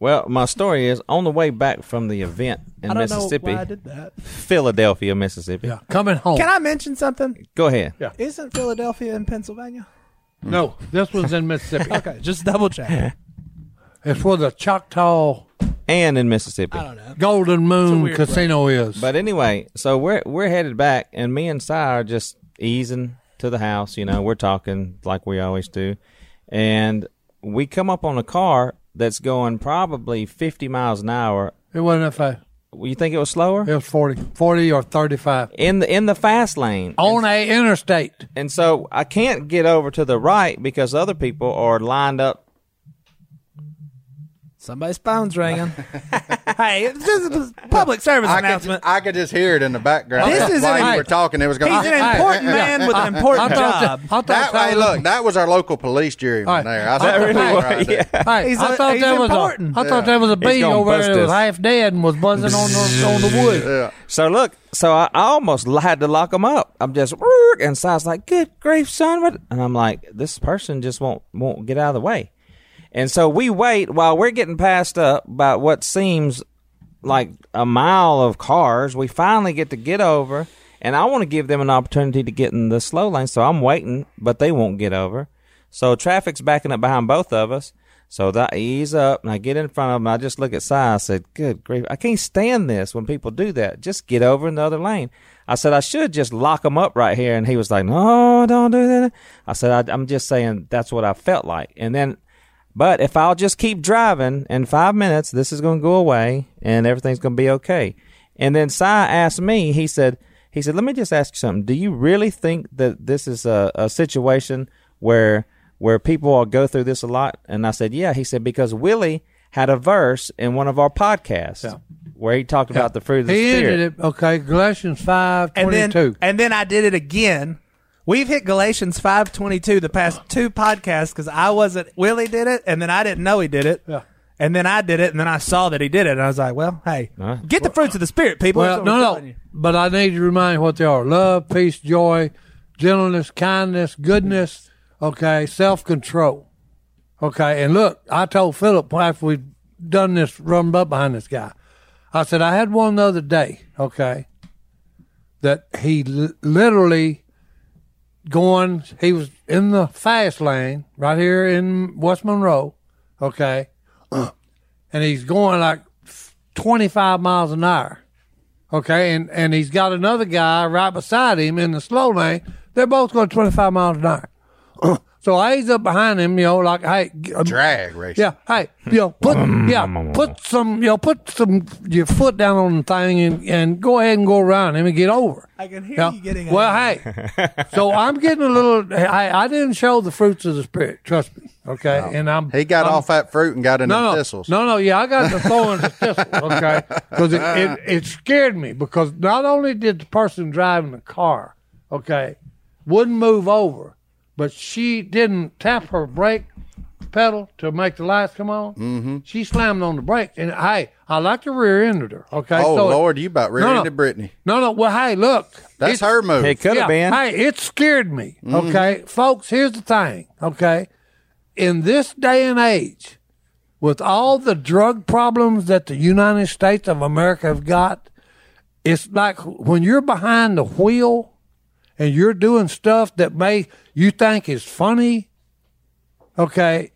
[SPEAKER 5] Well, my story is on the way back from the event in
[SPEAKER 4] I don't
[SPEAKER 5] Mississippi,
[SPEAKER 4] know why I did that.
[SPEAKER 5] Philadelphia, Mississippi.
[SPEAKER 1] Yeah, coming home.
[SPEAKER 4] Can I mention something?
[SPEAKER 5] Go ahead.
[SPEAKER 1] Yeah.
[SPEAKER 4] Isn't Philadelphia in Pennsylvania?
[SPEAKER 1] No, this was in Mississippi.
[SPEAKER 4] [LAUGHS]
[SPEAKER 1] [LAUGHS]
[SPEAKER 4] Okay, just double [LAUGHS] check.
[SPEAKER 1] It's where the Choctaw
[SPEAKER 5] And in Mississippi.
[SPEAKER 4] I don't know.
[SPEAKER 1] Golden Moon
[SPEAKER 4] weird place.
[SPEAKER 1] Casino is.
[SPEAKER 5] But anyway, so we're we're headed back, and me and Si are just easing to the house. You know, we're talking like we always do, and we come up on a car that's going probably 50 miles an hour.
[SPEAKER 1] it wasn't that fast.
[SPEAKER 5] Well, You think it was slower
[SPEAKER 1] It was 40, 40 or 35.
[SPEAKER 5] in the in the fast lane?
[SPEAKER 1] On a interstate.
[SPEAKER 5] And so I can't get over to the right because other people are lined up.
[SPEAKER 4] Somebody's phone's ringing. [LAUGHS] hey, this is a public service
[SPEAKER 2] I could, ju-
[SPEAKER 4] announcement.
[SPEAKER 2] I could just hear it in the background.
[SPEAKER 4] This is
[SPEAKER 2] while
[SPEAKER 4] an-
[SPEAKER 2] you were talking. It was going.
[SPEAKER 4] He's an important man with an
[SPEAKER 1] I
[SPEAKER 4] important
[SPEAKER 1] thought
[SPEAKER 4] job.
[SPEAKER 1] that- I thought
[SPEAKER 2] That,
[SPEAKER 1] that
[SPEAKER 2] hey,
[SPEAKER 1] was-
[SPEAKER 2] look, that was our local police jury
[SPEAKER 1] All right.
[SPEAKER 2] there. I
[SPEAKER 1] I
[SPEAKER 2] saw
[SPEAKER 1] thought
[SPEAKER 2] that
[SPEAKER 1] that-
[SPEAKER 2] right there.
[SPEAKER 1] Hey,
[SPEAKER 4] He's
[SPEAKER 1] I
[SPEAKER 4] a-
[SPEAKER 1] thought
[SPEAKER 4] he's
[SPEAKER 1] there was
[SPEAKER 4] important.
[SPEAKER 1] a, I thought there was a bee
[SPEAKER 5] gonna
[SPEAKER 1] over
[SPEAKER 5] bust
[SPEAKER 1] there that was
[SPEAKER 5] us.
[SPEAKER 1] half dead and was buzzing on the, on
[SPEAKER 5] [LAUGHS]
[SPEAKER 1] the wood.
[SPEAKER 2] Yeah.
[SPEAKER 5] So look, so I I almost had to lock them up. I'm just "Rrrr," and Si's like, "Good grief, son!" What? And I'm like, "This person just won't won't get out of the way." And so we wait while we're getting passed up by what seems like a mile of cars. We finally get to get over, and I want to give them an opportunity to get in the slow lane. So I'm waiting, but they won't get over. So traffic's backing up behind both of us. So that I ease up and I get in front of them. I just look at Si. I said, "Good grief, I can't stand this when people do that. Just get over in the other lane." I said, "I should just lock them up right here." And he was like, "No, don't do that." I said, I, "I'm just saying that's what I felt like." And then but if I'll just keep driving in five minutes, this is going to go away and everything's going to be okay. And then Si asked me, he said, he said, let me just ask you something. Do you really think that this is a, a situation where where people all go through this a lot? And I said, yeah. He said, because Willie had a verse in one of our podcasts where he talked about the fruit of the
[SPEAKER 1] He
[SPEAKER 5] spirit.
[SPEAKER 1] ended it. Okay, Galatians five
[SPEAKER 4] and
[SPEAKER 1] twenty two.
[SPEAKER 4] then and then I did it again. We've hit Galatians five twenty two the past
[SPEAKER 1] Uh.
[SPEAKER 4] two podcasts because I wasn't Willie did it, and then I didn't know he did it.
[SPEAKER 1] Yeah.
[SPEAKER 4] And then I did it, and then I saw that he did it, and I was like, "Well, hey,
[SPEAKER 5] Huh?
[SPEAKER 4] get the fruits of the spirit, people."
[SPEAKER 1] Well,
[SPEAKER 4] That's what I'm
[SPEAKER 1] no,
[SPEAKER 4] telling
[SPEAKER 1] no.
[SPEAKER 4] you.
[SPEAKER 1] But I need to remind you what they are: love, peace, joy, gentleness, kindness, goodness. Okay, self control. Okay, and look, I told Philip after we done this run up behind this guy, I said I had one the other day. Okay, that he l- literally going. He was in the fast lane right here in West Monroe. Okay, [CLEARS THROAT] and he's going like twenty five miles an hour. Okay, and, and he's got another guy right beside him in the slow lane. They're both going 25 miles an hour. [CLEARS THROAT] so I he's up behind him, you know, like, hey, g- um,
[SPEAKER 2] Drag race.
[SPEAKER 1] yeah, hey, you know, put yeah, put some, you know, put some your foot down on the thing and, and go ahead and go around him and get over.
[SPEAKER 4] I can hear
[SPEAKER 1] Yeah.
[SPEAKER 4] you getting.
[SPEAKER 1] well,
[SPEAKER 4] angry.
[SPEAKER 1] hey, so I'm getting a little. I, I didn't show the fruits of the spirit. Trust me, okay. And I'm
[SPEAKER 2] He got off that fruit and got into
[SPEAKER 1] Um, no, no,
[SPEAKER 2] thistles.
[SPEAKER 1] No, no, yeah, I got
[SPEAKER 2] [LAUGHS]
[SPEAKER 1] the thorns and thistles, okay? Because it, it, it scared me because not only did the person driving the car, okay, wouldn't move over, but she didn't tap her brake pedal to make the lights come on. Mm-hmm. She slammed on the brake, and hey, I like to rear-ended her, okay?
[SPEAKER 2] Oh
[SPEAKER 1] So it-
[SPEAKER 2] Lord, you about rear
[SPEAKER 1] no.
[SPEAKER 2] ended Brittany.
[SPEAKER 1] No, no, well, hey, look.
[SPEAKER 2] That's
[SPEAKER 1] it's-
[SPEAKER 2] her move.
[SPEAKER 5] It could have been.
[SPEAKER 1] Hey, it scared me. Okay, folks, here's the thing. Okay, in this day and age, with all the drug problems that the United States of America have got, it's like when you're behind the wheel and you're doing stuff that may you think is funny. Okay,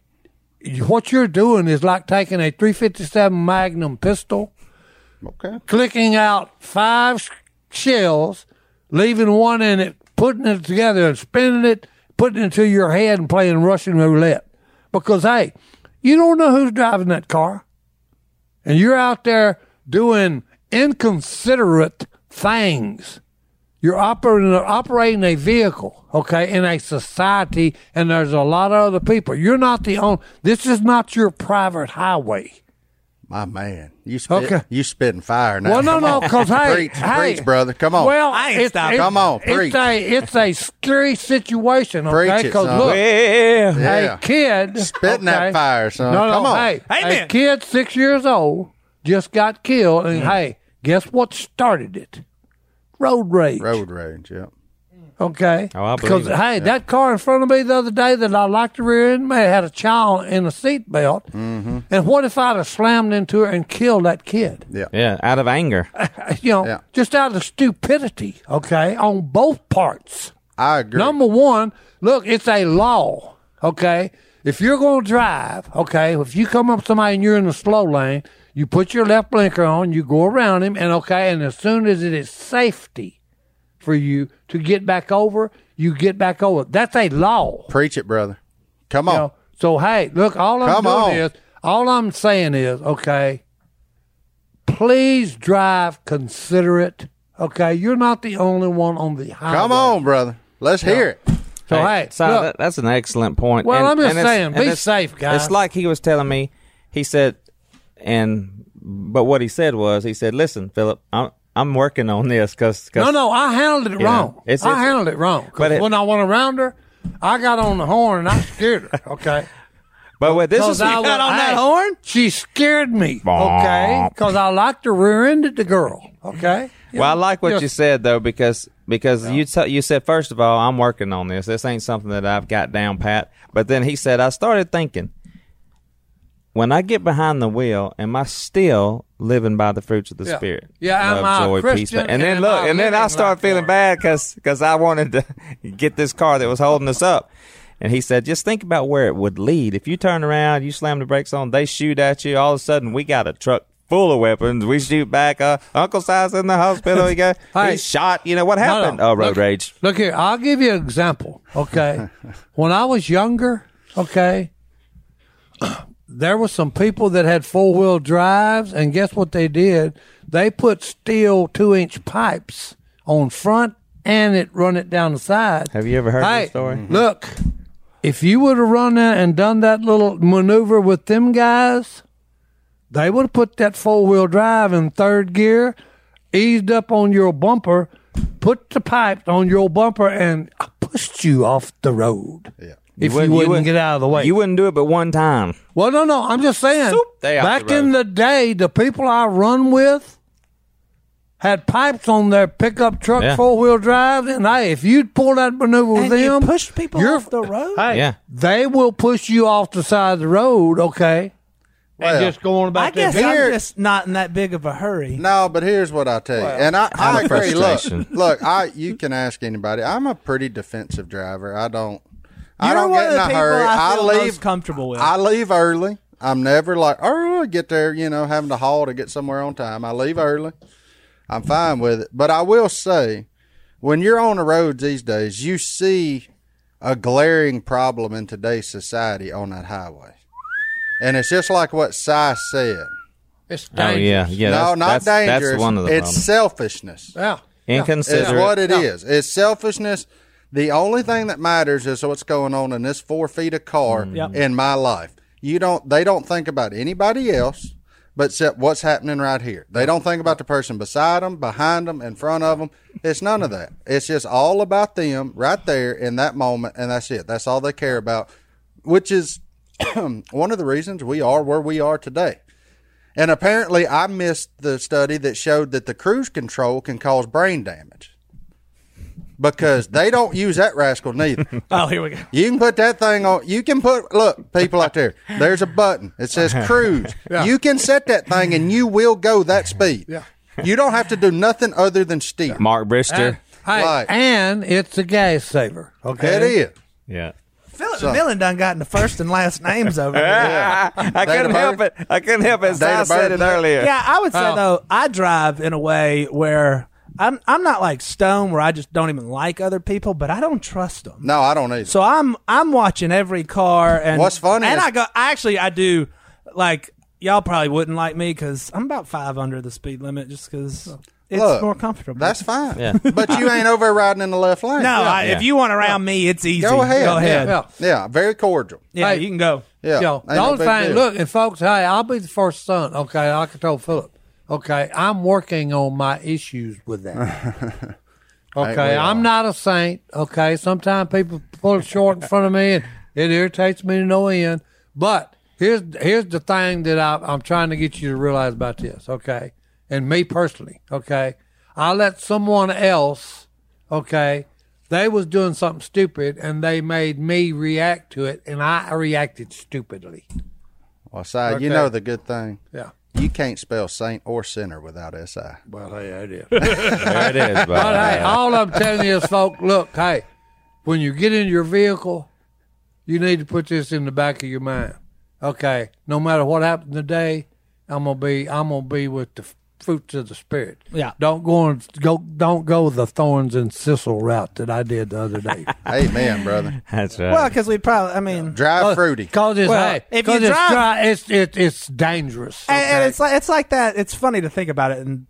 [SPEAKER 1] what you're doing is like taking a 357 Magnum pistol
[SPEAKER 2] Okay.
[SPEAKER 1] clicking out five s- shells, leaving one in it, putting it together and spinning it, putting it to your head and playing Russian roulette. Because, hey, you don't know who's driving that car. And you're out there doing inconsiderate things. You're operating, operating a vehicle, okay, in a society, and there's a lot of other people. You're not the only, this is not your private highway.
[SPEAKER 2] My man, you spit,
[SPEAKER 1] Okay.
[SPEAKER 2] you spitting fire now.
[SPEAKER 1] Well, no,
[SPEAKER 2] Come
[SPEAKER 1] no,
[SPEAKER 2] on.
[SPEAKER 1] because hey,
[SPEAKER 2] preach,
[SPEAKER 1] hey,
[SPEAKER 2] preach, brother, come on.
[SPEAKER 1] Well,
[SPEAKER 4] I ain't
[SPEAKER 1] it's-
[SPEAKER 4] stopping.
[SPEAKER 1] it's-
[SPEAKER 2] Come on, preach.
[SPEAKER 1] It's a it's a scary situation. Okay,
[SPEAKER 2] Preach it,
[SPEAKER 1] because
[SPEAKER 2] son.
[SPEAKER 1] look,
[SPEAKER 5] Yeah.
[SPEAKER 2] yeah.
[SPEAKER 1] a kid
[SPEAKER 2] Spitting that
[SPEAKER 1] okay,
[SPEAKER 2] fire, son.
[SPEAKER 1] No, no,
[SPEAKER 2] Come on.
[SPEAKER 1] Hey,
[SPEAKER 4] Amen.
[SPEAKER 1] a kid six years old just got killed, and
[SPEAKER 2] Mm-hmm.
[SPEAKER 1] hey, guess what started it? Road rage.
[SPEAKER 2] Road rage. Yep.
[SPEAKER 1] Okay.
[SPEAKER 5] Oh, I believe
[SPEAKER 1] Because
[SPEAKER 5] it.
[SPEAKER 1] hey, that car in front of me the other day that I liked to rear end man had a child in a seat belt,
[SPEAKER 2] Mm-hmm.
[SPEAKER 1] and what if I'd have slammed into her and killed that kid? [LAUGHS]
[SPEAKER 2] Yeah.
[SPEAKER 5] Yeah, out of anger.
[SPEAKER 1] you know,
[SPEAKER 2] Yeah.
[SPEAKER 1] just out of stupidity, okay, on both parts.
[SPEAKER 2] I agree.
[SPEAKER 1] Number one, look, it's a law, okay? If you're going to drive, okay, if you come up to somebody and you're in the slow lane, you put your left blinker on, you go around him, and okay, and as soon as it is safety for you to get back over, you get back over. That's a law.
[SPEAKER 2] preach it, brother. Come on.
[SPEAKER 1] You know? So hey, look, all I'm
[SPEAKER 2] Come
[SPEAKER 1] doing
[SPEAKER 2] on.
[SPEAKER 1] is all I'm saying is, okay, please drive considerate. Okay, you're not the only one on the highway.
[SPEAKER 2] Come on, brother. Let's hear it.
[SPEAKER 1] So hey,
[SPEAKER 5] so
[SPEAKER 1] look,
[SPEAKER 5] that, that's an excellent point.
[SPEAKER 1] Well, I'm just
[SPEAKER 5] it's-
[SPEAKER 1] saying, be
[SPEAKER 5] it's-
[SPEAKER 1] safe, guys.
[SPEAKER 5] It's like he was telling me. He said, and but what he said was, he said, "Listen, Philip, I'm I'm working on this because
[SPEAKER 1] no, no, I handled it
[SPEAKER 5] Yeah.
[SPEAKER 1] wrong.
[SPEAKER 5] It's-
[SPEAKER 1] I
[SPEAKER 5] it's-
[SPEAKER 1] handled it wrong. 'Cause
[SPEAKER 5] But it-
[SPEAKER 1] when I went around her, I got on the horn and I scared her.
[SPEAKER 5] [LAUGHS]
[SPEAKER 1] Okay,
[SPEAKER 5] but what this
[SPEAKER 1] because
[SPEAKER 5] is
[SPEAKER 1] I went,
[SPEAKER 4] got on that
[SPEAKER 1] "Hey,"
[SPEAKER 4] horn?
[SPEAKER 1] She scared me. Okay, because I like to rear-ended the girl. Okay.
[SPEAKER 5] [LAUGHS] Well, I like what
[SPEAKER 1] Yes.
[SPEAKER 5] you said though because because you t- you said first of all I'm working on this. This ain't something that I've got down pat. But then he said I started thinking when I get behind the wheel, am I still living by the fruits of the
[SPEAKER 1] Yeah.
[SPEAKER 5] spirit?
[SPEAKER 1] Yeah, am I a Christian?
[SPEAKER 5] And then
[SPEAKER 1] And am
[SPEAKER 5] look,
[SPEAKER 1] I
[SPEAKER 5] and then I
[SPEAKER 1] living
[SPEAKER 5] start
[SPEAKER 1] like
[SPEAKER 5] feeling
[SPEAKER 1] one?
[SPEAKER 5] bad because I wanted to get this car that was holding us up. And he said, just think about where it would lead. If you turn around, you slam the brakes on, they shoot at you. All of a sudden, we got a truck full of weapons. We shoot back. Uh, Uncle Si's in the hospital. He got
[SPEAKER 1] [LAUGHS] Hey.
[SPEAKER 5] he shot. You know what
[SPEAKER 1] No, no.
[SPEAKER 5] happened? Oh, road
[SPEAKER 1] Look-
[SPEAKER 5] rage.
[SPEAKER 1] Look here, I'll give you an example.
[SPEAKER 5] [LAUGHS]
[SPEAKER 1] Okay, when I was younger, okay, [CLEARS THROAT] there were some people that had four wheel drives, and guess what they did? They put steel two inch pipes on front and it run it down the side.
[SPEAKER 5] Have you ever heard
[SPEAKER 1] hey, Mm.
[SPEAKER 5] this story?
[SPEAKER 1] Look, If you would have run there and done that little maneuver with them guys, they would have put that four wheel drive in third gear, eased up on your bumper, put the pipe on your bumper, and pushed you off the road.
[SPEAKER 2] Yeah.
[SPEAKER 1] If you, wouldn't, get out of the way.
[SPEAKER 5] You wouldn't do it but one time.
[SPEAKER 1] Well, no, no. I'm just saying.
[SPEAKER 5] They off
[SPEAKER 1] back
[SPEAKER 5] the road.
[SPEAKER 1] in the day, the people I run with had pipes on their pickup truck,
[SPEAKER 5] Yeah.
[SPEAKER 1] four wheel drive, and hey, if you'd pull that maneuver with
[SPEAKER 4] And you
[SPEAKER 1] them,
[SPEAKER 4] pushed people
[SPEAKER 1] you're-
[SPEAKER 4] off the road?
[SPEAKER 1] Hey,
[SPEAKER 5] Yeah.
[SPEAKER 1] they will push you off the side of the road. Okay,
[SPEAKER 2] Well,
[SPEAKER 1] and just go on about
[SPEAKER 4] I guess
[SPEAKER 1] their business.
[SPEAKER 4] I'm just not in that big of a hurry.
[SPEAKER 2] No, but here's what I tell you, and I, I
[SPEAKER 5] Out of
[SPEAKER 2] agree.
[SPEAKER 5] frustration.
[SPEAKER 2] Look, [LAUGHS] look, I you can ask anybody. I'm a pretty defensive driver. I don't, I
[SPEAKER 4] You're
[SPEAKER 2] don't
[SPEAKER 4] one
[SPEAKER 2] get
[SPEAKER 4] of
[SPEAKER 2] in
[SPEAKER 4] the
[SPEAKER 2] a
[SPEAKER 4] people
[SPEAKER 2] hurry.
[SPEAKER 4] I feel
[SPEAKER 2] leave
[SPEAKER 4] most comfortable with.
[SPEAKER 2] I leave early. I'm never like, oh, I get there, you know, having to haul to get somewhere on time. I leave early. I'm fine with it. But I will say, when you're on the roads these days, you see a glaring problem in today's society on that highway. And it's just like what Si said.
[SPEAKER 1] It's
[SPEAKER 5] Oh
[SPEAKER 1] dangerous.
[SPEAKER 5] yeah, yeah.
[SPEAKER 2] no,
[SPEAKER 5] that's,
[SPEAKER 2] not
[SPEAKER 5] that's,
[SPEAKER 2] dangerous.
[SPEAKER 5] That's one of the
[SPEAKER 2] it's
[SPEAKER 5] problems.
[SPEAKER 2] selfishness.
[SPEAKER 1] yeah.
[SPEAKER 2] It's
[SPEAKER 5] Inconsiderate.
[SPEAKER 2] what it is. It's selfishness. The only thing that matters is what's going on in this four feet of car
[SPEAKER 5] Mm.
[SPEAKER 2] in my life. You don't. They don't think about anybody else, but except what's happening right here. They don't think about the person beside them, behind them, in front of them. It's none of that. It's just all about them right there in that moment, and that's it. That's all they care about, which is [CLEARS THROAT] one of the reasons we are where we are today. And apparently, I missed the study that showed that the cruise control can cause brain damage because they don't use that rascal neither.
[SPEAKER 4] Oh, here we go.
[SPEAKER 2] You can put that thing on. You can put, look, people out there, there's a button. It says cruise. You can set that thing and you will go that speed. Yeah. You don't have to do nothing other than steer.
[SPEAKER 5] Mark Brister.
[SPEAKER 1] Hey,
[SPEAKER 2] Right.
[SPEAKER 1] and it's a gas saver. Okay,
[SPEAKER 2] That is.
[SPEAKER 5] Yeah.
[SPEAKER 4] Philip McMillan done gotten the first and last names over there.
[SPEAKER 5] I couldn't
[SPEAKER 2] Data
[SPEAKER 5] help
[SPEAKER 2] bird?
[SPEAKER 5] it. I couldn't help it.
[SPEAKER 2] Data
[SPEAKER 5] I said it
[SPEAKER 2] bird?
[SPEAKER 5] earlier.
[SPEAKER 4] Yeah, I would say
[SPEAKER 1] Oh.
[SPEAKER 4] though, I drive in a way where I'm I'm not like Stone where I just don't even like other people, but I don't trust them.
[SPEAKER 2] No, I don't either.
[SPEAKER 4] So I'm I'm watching every car and
[SPEAKER 2] What's funny
[SPEAKER 4] and
[SPEAKER 2] is-
[SPEAKER 4] I go I actually I do like y'all probably wouldn't like me because I'm about five under the speed limit just because it's
[SPEAKER 2] Look,
[SPEAKER 4] more comfortable.
[SPEAKER 2] That's fine.
[SPEAKER 5] Yeah.
[SPEAKER 2] [LAUGHS] But you ain't overriding in the left lane.
[SPEAKER 4] no, I,
[SPEAKER 5] Yeah.
[SPEAKER 4] if you want around me, it's easy.
[SPEAKER 2] Go ahead.
[SPEAKER 4] Go ahead.
[SPEAKER 1] Yeah.
[SPEAKER 4] Yeah,
[SPEAKER 2] Yeah. Very cordial.
[SPEAKER 1] Hey.
[SPEAKER 4] you can go.
[SPEAKER 2] Yeah.
[SPEAKER 1] Yo,
[SPEAKER 2] Ain't
[SPEAKER 1] the
[SPEAKER 2] no
[SPEAKER 1] only
[SPEAKER 2] big
[SPEAKER 1] thing,
[SPEAKER 2] deal.
[SPEAKER 1] look, and folks, hey, I'll be the first son. Okay, I can tell Philip. Okay, I'm working on my issues with that. okay, I'm not a saint. Okay, sometimes people pull it short in front of me, and it irritates me to no end. But here's here's the thing that I, I'm trying to get you to realize about this. Okay, and me personally. Okay, I let someone else okay they was doing something stupid and they made me react to it and i reacted stupidly
[SPEAKER 2] Well, Si,
[SPEAKER 1] Okay.
[SPEAKER 2] you know the good thing.
[SPEAKER 1] yeah
[SPEAKER 2] You can't spell saint or sinner without SI.
[SPEAKER 1] well hey i did
[SPEAKER 5] There it is, bud.
[SPEAKER 1] but hey all i'm telling you is folk look hey when you get in your vehicle you need to put this in the back of your mind okay no matter what happens today i'm gonna be i'm gonna be with the fruits of the spirit
[SPEAKER 4] Yeah.
[SPEAKER 1] don't go on go don't go the thorns and sisal route that i did the other day
[SPEAKER 2] Amen, brother.
[SPEAKER 5] That's right.
[SPEAKER 4] Well, because we probably I mean
[SPEAKER 2] Drive fruity.
[SPEAKER 1] Cause it's
[SPEAKER 4] Well,
[SPEAKER 1] hey,
[SPEAKER 4] if
[SPEAKER 1] 'cause
[SPEAKER 4] you
[SPEAKER 1] it's,
[SPEAKER 4] drive-
[SPEAKER 1] dry, it's it, it's dangerous.
[SPEAKER 4] And, and
[SPEAKER 1] okay?
[SPEAKER 4] it's like it's like that. It's funny to think about it and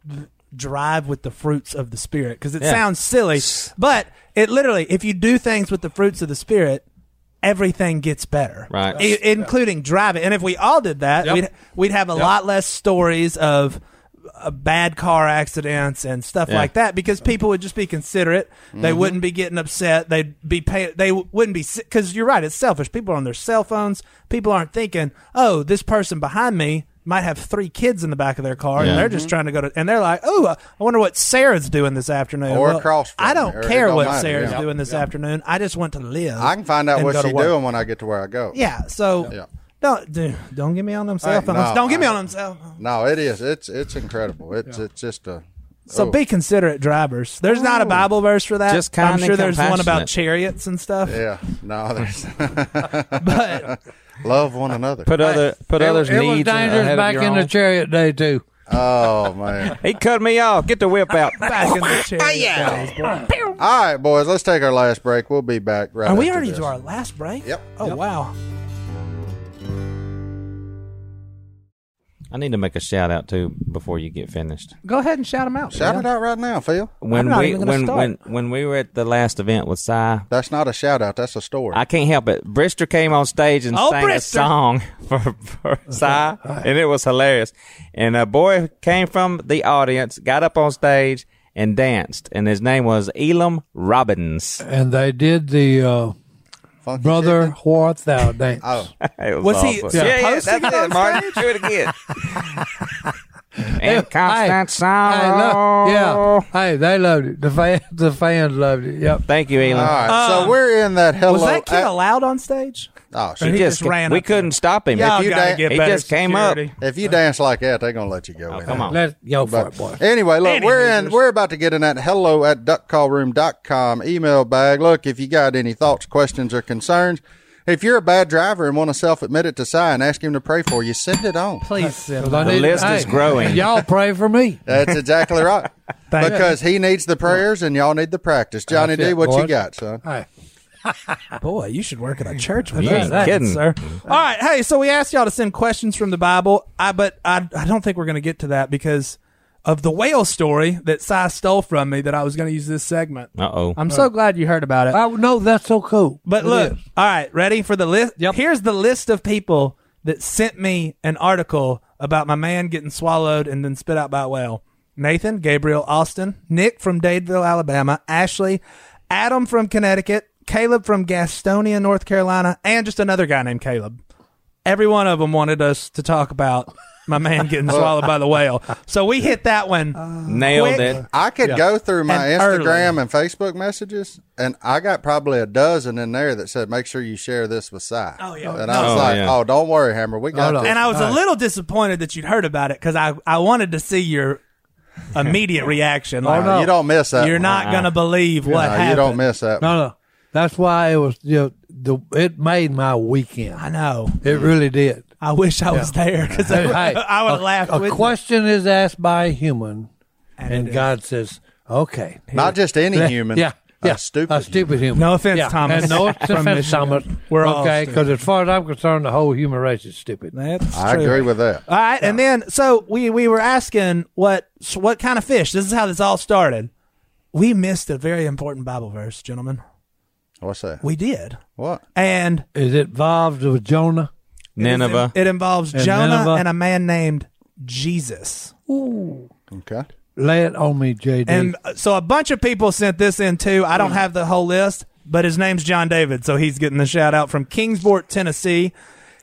[SPEAKER 4] drive with the fruits of the spirit because it sounds silly, but it literally, if you do things with the fruits of the spirit, everything gets better,
[SPEAKER 5] Right.
[SPEAKER 4] I- including driving. And if we all did that,
[SPEAKER 1] Yep.
[SPEAKER 4] we'd we'd have a lot less stories of. uh, Bad car accidents and stuff
[SPEAKER 5] Yeah. Mm-hmm.
[SPEAKER 4] like that because people would just be considerate. They wouldn't be getting upset. They'd be pay. They w- wouldn't be because you're right. It's selfish. People are on their cell phones. People aren't thinking. Oh, this person behind me might have three kids in the back of their car,
[SPEAKER 5] Yeah.
[SPEAKER 4] and they're just
[SPEAKER 2] Mm-hmm.
[SPEAKER 4] trying to go to. And they're like, "Oh, I wonder what Sarah's doing this afternoon."
[SPEAKER 2] Or across from
[SPEAKER 4] I
[SPEAKER 2] me,
[SPEAKER 4] don't
[SPEAKER 2] or it
[SPEAKER 4] care
[SPEAKER 2] don't
[SPEAKER 4] what
[SPEAKER 2] matter,
[SPEAKER 4] Sarah's
[SPEAKER 2] yeah.
[SPEAKER 4] doing this afternoon. I just want to live.
[SPEAKER 2] I can find out
[SPEAKER 4] and
[SPEAKER 2] what
[SPEAKER 4] go to
[SPEAKER 2] she's
[SPEAKER 4] work.
[SPEAKER 2] doing when I get to where I go.
[SPEAKER 4] Yeah. So
[SPEAKER 2] Yeah.
[SPEAKER 4] don't do, don't get me on them cell
[SPEAKER 2] Hey,
[SPEAKER 4] phones.
[SPEAKER 2] no,
[SPEAKER 4] don't get me
[SPEAKER 2] I-
[SPEAKER 4] on them cell phones.
[SPEAKER 2] No, it is. It's it's incredible. It's it's just a
[SPEAKER 4] So
[SPEAKER 2] oh,
[SPEAKER 4] be considerate drivers. There's not a Bible verse for that.
[SPEAKER 5] Just kind
[SPEAKER 4] I'm
[SPEAKER 5] and
[SPEAKER 4] sure there's one
[SPEAKER 5] compassionate.
[SPEAKER 4] about chariots and stuff.
[SPEAKER 2] Yeah. No, [LAUGHS] there's
[SPEAKER 4] But
[SPEAKER 2] love one another.
[SPEAKER 5] put other put
[SPEAKER 1] It-
[SPEAKER 5] others
[SPEAKER 1] it, was
[SPEAKER 5] needs
[SPEAKER 1] dangerous
[SPEAKER 5] ahead
[SPEAKER 1] back
[SPEAKER 5] of your
[SPEAKER 1] in the
[SPEAKER 5] own.
[SPEAKER 1] chariot day too.
[SPEAKER 2] Oh man.
[SPEAKER 5] He cut me off. Get the whip
[SPEAKER 4] [LAUGHS]
[SPEAKER 5] out.
[SPEAKER 4] back
[SPEAKER 2] [LAUGHS]
[SPEAKER 4] in the chariot days. boy.
[SPEAKER 2] All right, boys, let's take our last break. We'll be back right
[SPEAKER 4] Are we
[SPEAKER 2] after
[SPEAKER 4] already
[SPEAKER 2] this.
[SPEAKER 4] to our last Oh, break?
[SPEAKER 2] Yep.
[SPEAKER 4] Oh wow.
[SPEAKER 5] I need to make a shout out too before you get finished.
[SPEAKER 4] Go ahead and shout them out.
[SPEAKER 2] Shout
[SPEAKER 4] Phil.
[SPEAKER 2] it out right now, Phil.
[SPEAKER 5] When
[SPEAKER 4] not
[SPEAKER 5] we
[SPEAKER 4] even gonna
[SPEAKER 5] when,
[SPEAKER 4] start.
[SPEAKER 5] when when we were at the last event with Cy,
[SPEAKER 2] That's not a shout out. That's a story.
[SPEAKER 5] I can't help it. Brister came on stage and
[SPEAKER 4] Oh,
[SPEAKER 5] sang a
[SPEAKER 4] Brister.
[SPEAKER 5] song [LAUGHS] for,
[SPEAKER 4] [LAUGHS]
[SPEAKER 5] for Cy, and it was hilarious. And a boy came from the audience, got up on stage and danced, and his name was Elam Robbins.
[SPEAKER 1] And they did the uh,
[SPEAKER 2] Funky
[SPEAKER 1] brother
[SPEAKER 2] chicken.
[SPEAKER 1] what thou dance.
[SPEAKER 2] Oh,
[SPEAKER 5] [LAUGHS] It was
[SPEAKER 4] Was he
[SPEAKER 5] awful. yeah, yeah,
[SPEAKER 4] supposed to
[SPEAKER 5] that's
[SPEAKER 4] get
[SPEAKER 5] it,
[SPEAKER 4] on
[SPEAKER 5] Martin. Do it [LAUGHS] again. and Constant
[SPEAKER 1] Hey,
[SPEAKER 5] Sorrow.
[SPEAKER 1] look, yeah. Hey, they loved it. The fans, [LAUGHS] the fans loved it. Yep.
[SPEAKER 5] Thank you,
[SPEAKER 2] all
[SPEAKER 5] Elam.
[SPEAKER 2] right. so we're in that hello.
[SPEAKER 4] Uh, Was that kid
[SPEAKER 2] at-
[SPEAKER 4] allowed on stage?
[SPEAKER 2] oh,
[SPEAKER 5] He
[SPEAKER 2] shit.
[SPEAKER 5] just,
[SPEAKER 4] just ran
[SPEAKER 5] we
[SPEAKER 4] up there.
[SPEAKER 5] couldn't stop him.
[SPEAKER 2] Yeah,
[SPEAKER 5] If you
[SPEAKER 2] you gotta
[SPEAKER 5] da-
[SPEAKER 2] get
[SPEAKER 5] he
[SPEAKER 3] better
[SPEAKER 5] just came
[SPEAKER 3] security.
[SPEAKER 5] up.
[SPEAKER 2] If you dance like that, they're gonna let you go. in
[SPEAKER 5] Come
[SPEAKER 2] there.
[SPEAKER 5] on.
[SPEAKER 1] Let's go for it, Oh, boy.
[SPEAKER 2] Anyway, look,
[SPEAKER 4] Any
[SPEAKER 2] we're in.
[SPEAKER 4] hoosiers.
[SPEAKER 2] We're about to get in that hello at duckcallroom.com email bag. Look, if you got any thoughts, questions, or concerns, if you're a bad driver and want to self admit it to Si and ask him to pray for you, send it on.
[SPEAKER 4] [LAUGHS] Please send
[SPEAKER 1] The
[SPEAKER 5] list is growing.
[SPEAKER 1] Y'all pray for me.
[SPEAKER 2] That's
[SPEAKER 1] [LAUGHS]
[SPEAKER 2] exactly right. because he needs the prayers and y'all need the practice. Johnny
[SPEAKER 1] That's
[SPEAKER 2] D,
[SPEAKER 1] it,
[SPEAKER 2] what you
[SPEAKER 1] boy.
[SPEAKER 2] got, son?
[SPEAKER 1] Hey,
[SPEAKER 4] Boy, you should work at a church. With
[SPEAKER 5] You
[SPEAKER 4] us.
[SPEAKER 5] ain't
[SPEAKER 4] Thanks,
[SPEAKER 5] kidding.
[SPEAKER 4] sir. All right, hey. So we asked y'all to send questions from the Bible. I but I I don't think we're going to get to that because of the whale story that Si stole from me that I was going to use this segment.
[SPEAKER 5] Uh oh.
[SPEAKER 4] I'm so glad you heard about it.
[SPEAKER 1] I know Oh, that's so cool.
[SPEAKER 4] But
[SPEAKER 1] It
[SPEAKER 4] look,
[SPEAKER 1] is.
[SPEAKER 4] all right, ready for the list?
[SPEAKER 1] Yep.
[SPEAKER 4] Here's the list of people that sent me an article about my man getting swallowed and then spit out by a whale. Nathan, Gabriel, Austin, Nick from Dadeville, Alabama, Ashley, Adam from Connecticut, Caleb from Gastonia, North Carolina, and just another guy named Caleb. Every one of them wanted us to talk about my man
[SPEAKER 1] [LAUGHS]
[SPEAKER 4] getting swallowed by the whale. So we hit that one.
[SPEAKER 1] Uh,
[SPEAKER 5] Nailed
[SPEAKER 4] quick.
[SPEAKER 5] it.
[SPEAKER 2] I could go through my
[SPEAKER 4] And early.
[SPEAKER 2] Instagram and Facebook messages, and I got probably a dozen in there that said, "Make sure you share this with Si." Oh
[SPEAKER 4] yeah.
[SPEAKER 2] and I was
[SPEAKER 5] Oh,
[SPEAKER 2] like,
[SPEAKER 5] yeah.
[SPEAKER 2] "Oh, don't worry, Hammer, we got
[SPEAKER 1] Hold on.
[SPEAKER 2] this."
[SPEAKER 4] and I was a little disappointed that you'd heard about it because I, I wanted to
[SPEAKER 2] [LAUGHS]
[SPEAKER 4] see your immediate reaction. Like,
[SPEAKER 1] no.
[SPEAKER 2] You don't miss that.
[SPEAKER 4] You're
[SPEAKER 2] one.
[SPEAKER 4] not gonna believe what
[SPEAKER 2] No,
[SPEAKER 4] happened.
[SPEAKER 2] you don't miss that. one.
[SPEAKER 1] No, no. That's why it was. You know, the it made my weekend.
[SPEAKER 4] I know.
[SPEAKER 1] It really did.
[SPEAKER 4] I wish I was there because
[SPEAKER 1] Hey,
[SPEAKER 4] [LAUGHS] I,
[SPEAKER 1] hey,
[SPEAKER 4] I would
[SPEAKER 1] a-
[SPEAKER 4] have laughed.
[SPEAKER 1] A
[SPEAKER 4] with you.
[SPEAKER 1] question is asked by a human, and,
[SPEAKER 4] it
[SPEAKER 1] God says, "Okay."
[SPEAKER 2] Not just any
[SPEAKER 1] [LAUGHS]
[SPEAKER 2] human.
[SPEAKER 1] Yeah.
[SPEAKER 2] A
[SPEAKER 1] Yeah,
[SPEAKER 2] stupid
[SPEAKER 1] a stupid human.
[SPEAKER 4] No offense,
[SPEAKER 1] Yeah,
[SPEAKER 4] Thomas.
[SPEAKER 1] And no
[SPEAKER 4] From
[SPEAKER 1] offense,
[SPEAKER 4] Michigan.
[SPEAKER 1] Thomas.
[SPEAKER 4] We're all
[SPEAKER 1] okay
[SPEAKER 4] stupid.
[SPEAKER 1] because as far as I'm concerned, the whole human race is stupid.
[SPEAKER 4] That's
[SPEAKER 2] I
[SPEAKER 4] true.
[SPEAKER 2] agree with that.
[SPEAKER 4] All right, and then so we we were asking what what kind of fish. This is how this all started. We missed a very important Bible verse, gentlemen.
[SPEAKER 2] What's that?
[SPEAKER 4] We did,
[SPEAKER 2] What?
[SPEAKER 4] and
[SPEAKER 1] Is it involved with Jonah?
[SPEAKER 5] Nineveh.
[SPEAKER 4] It involves
[SPEAKER 1] And
[SPEAKER 4] Jonah
[SPEAKER 1] Nineveh.
[SPEAKER 4] and a man named Jesus. [LAUGHS]
[SPEAKER 2] Okay.
[SPEAKER 1] Lay it on me, JD.
[SPEAKER 4] And uh, so a bunch of people sent this in too. I don't have the whole list, but his name's John David, so he's getting the shout out from Kingsport, Tennessee.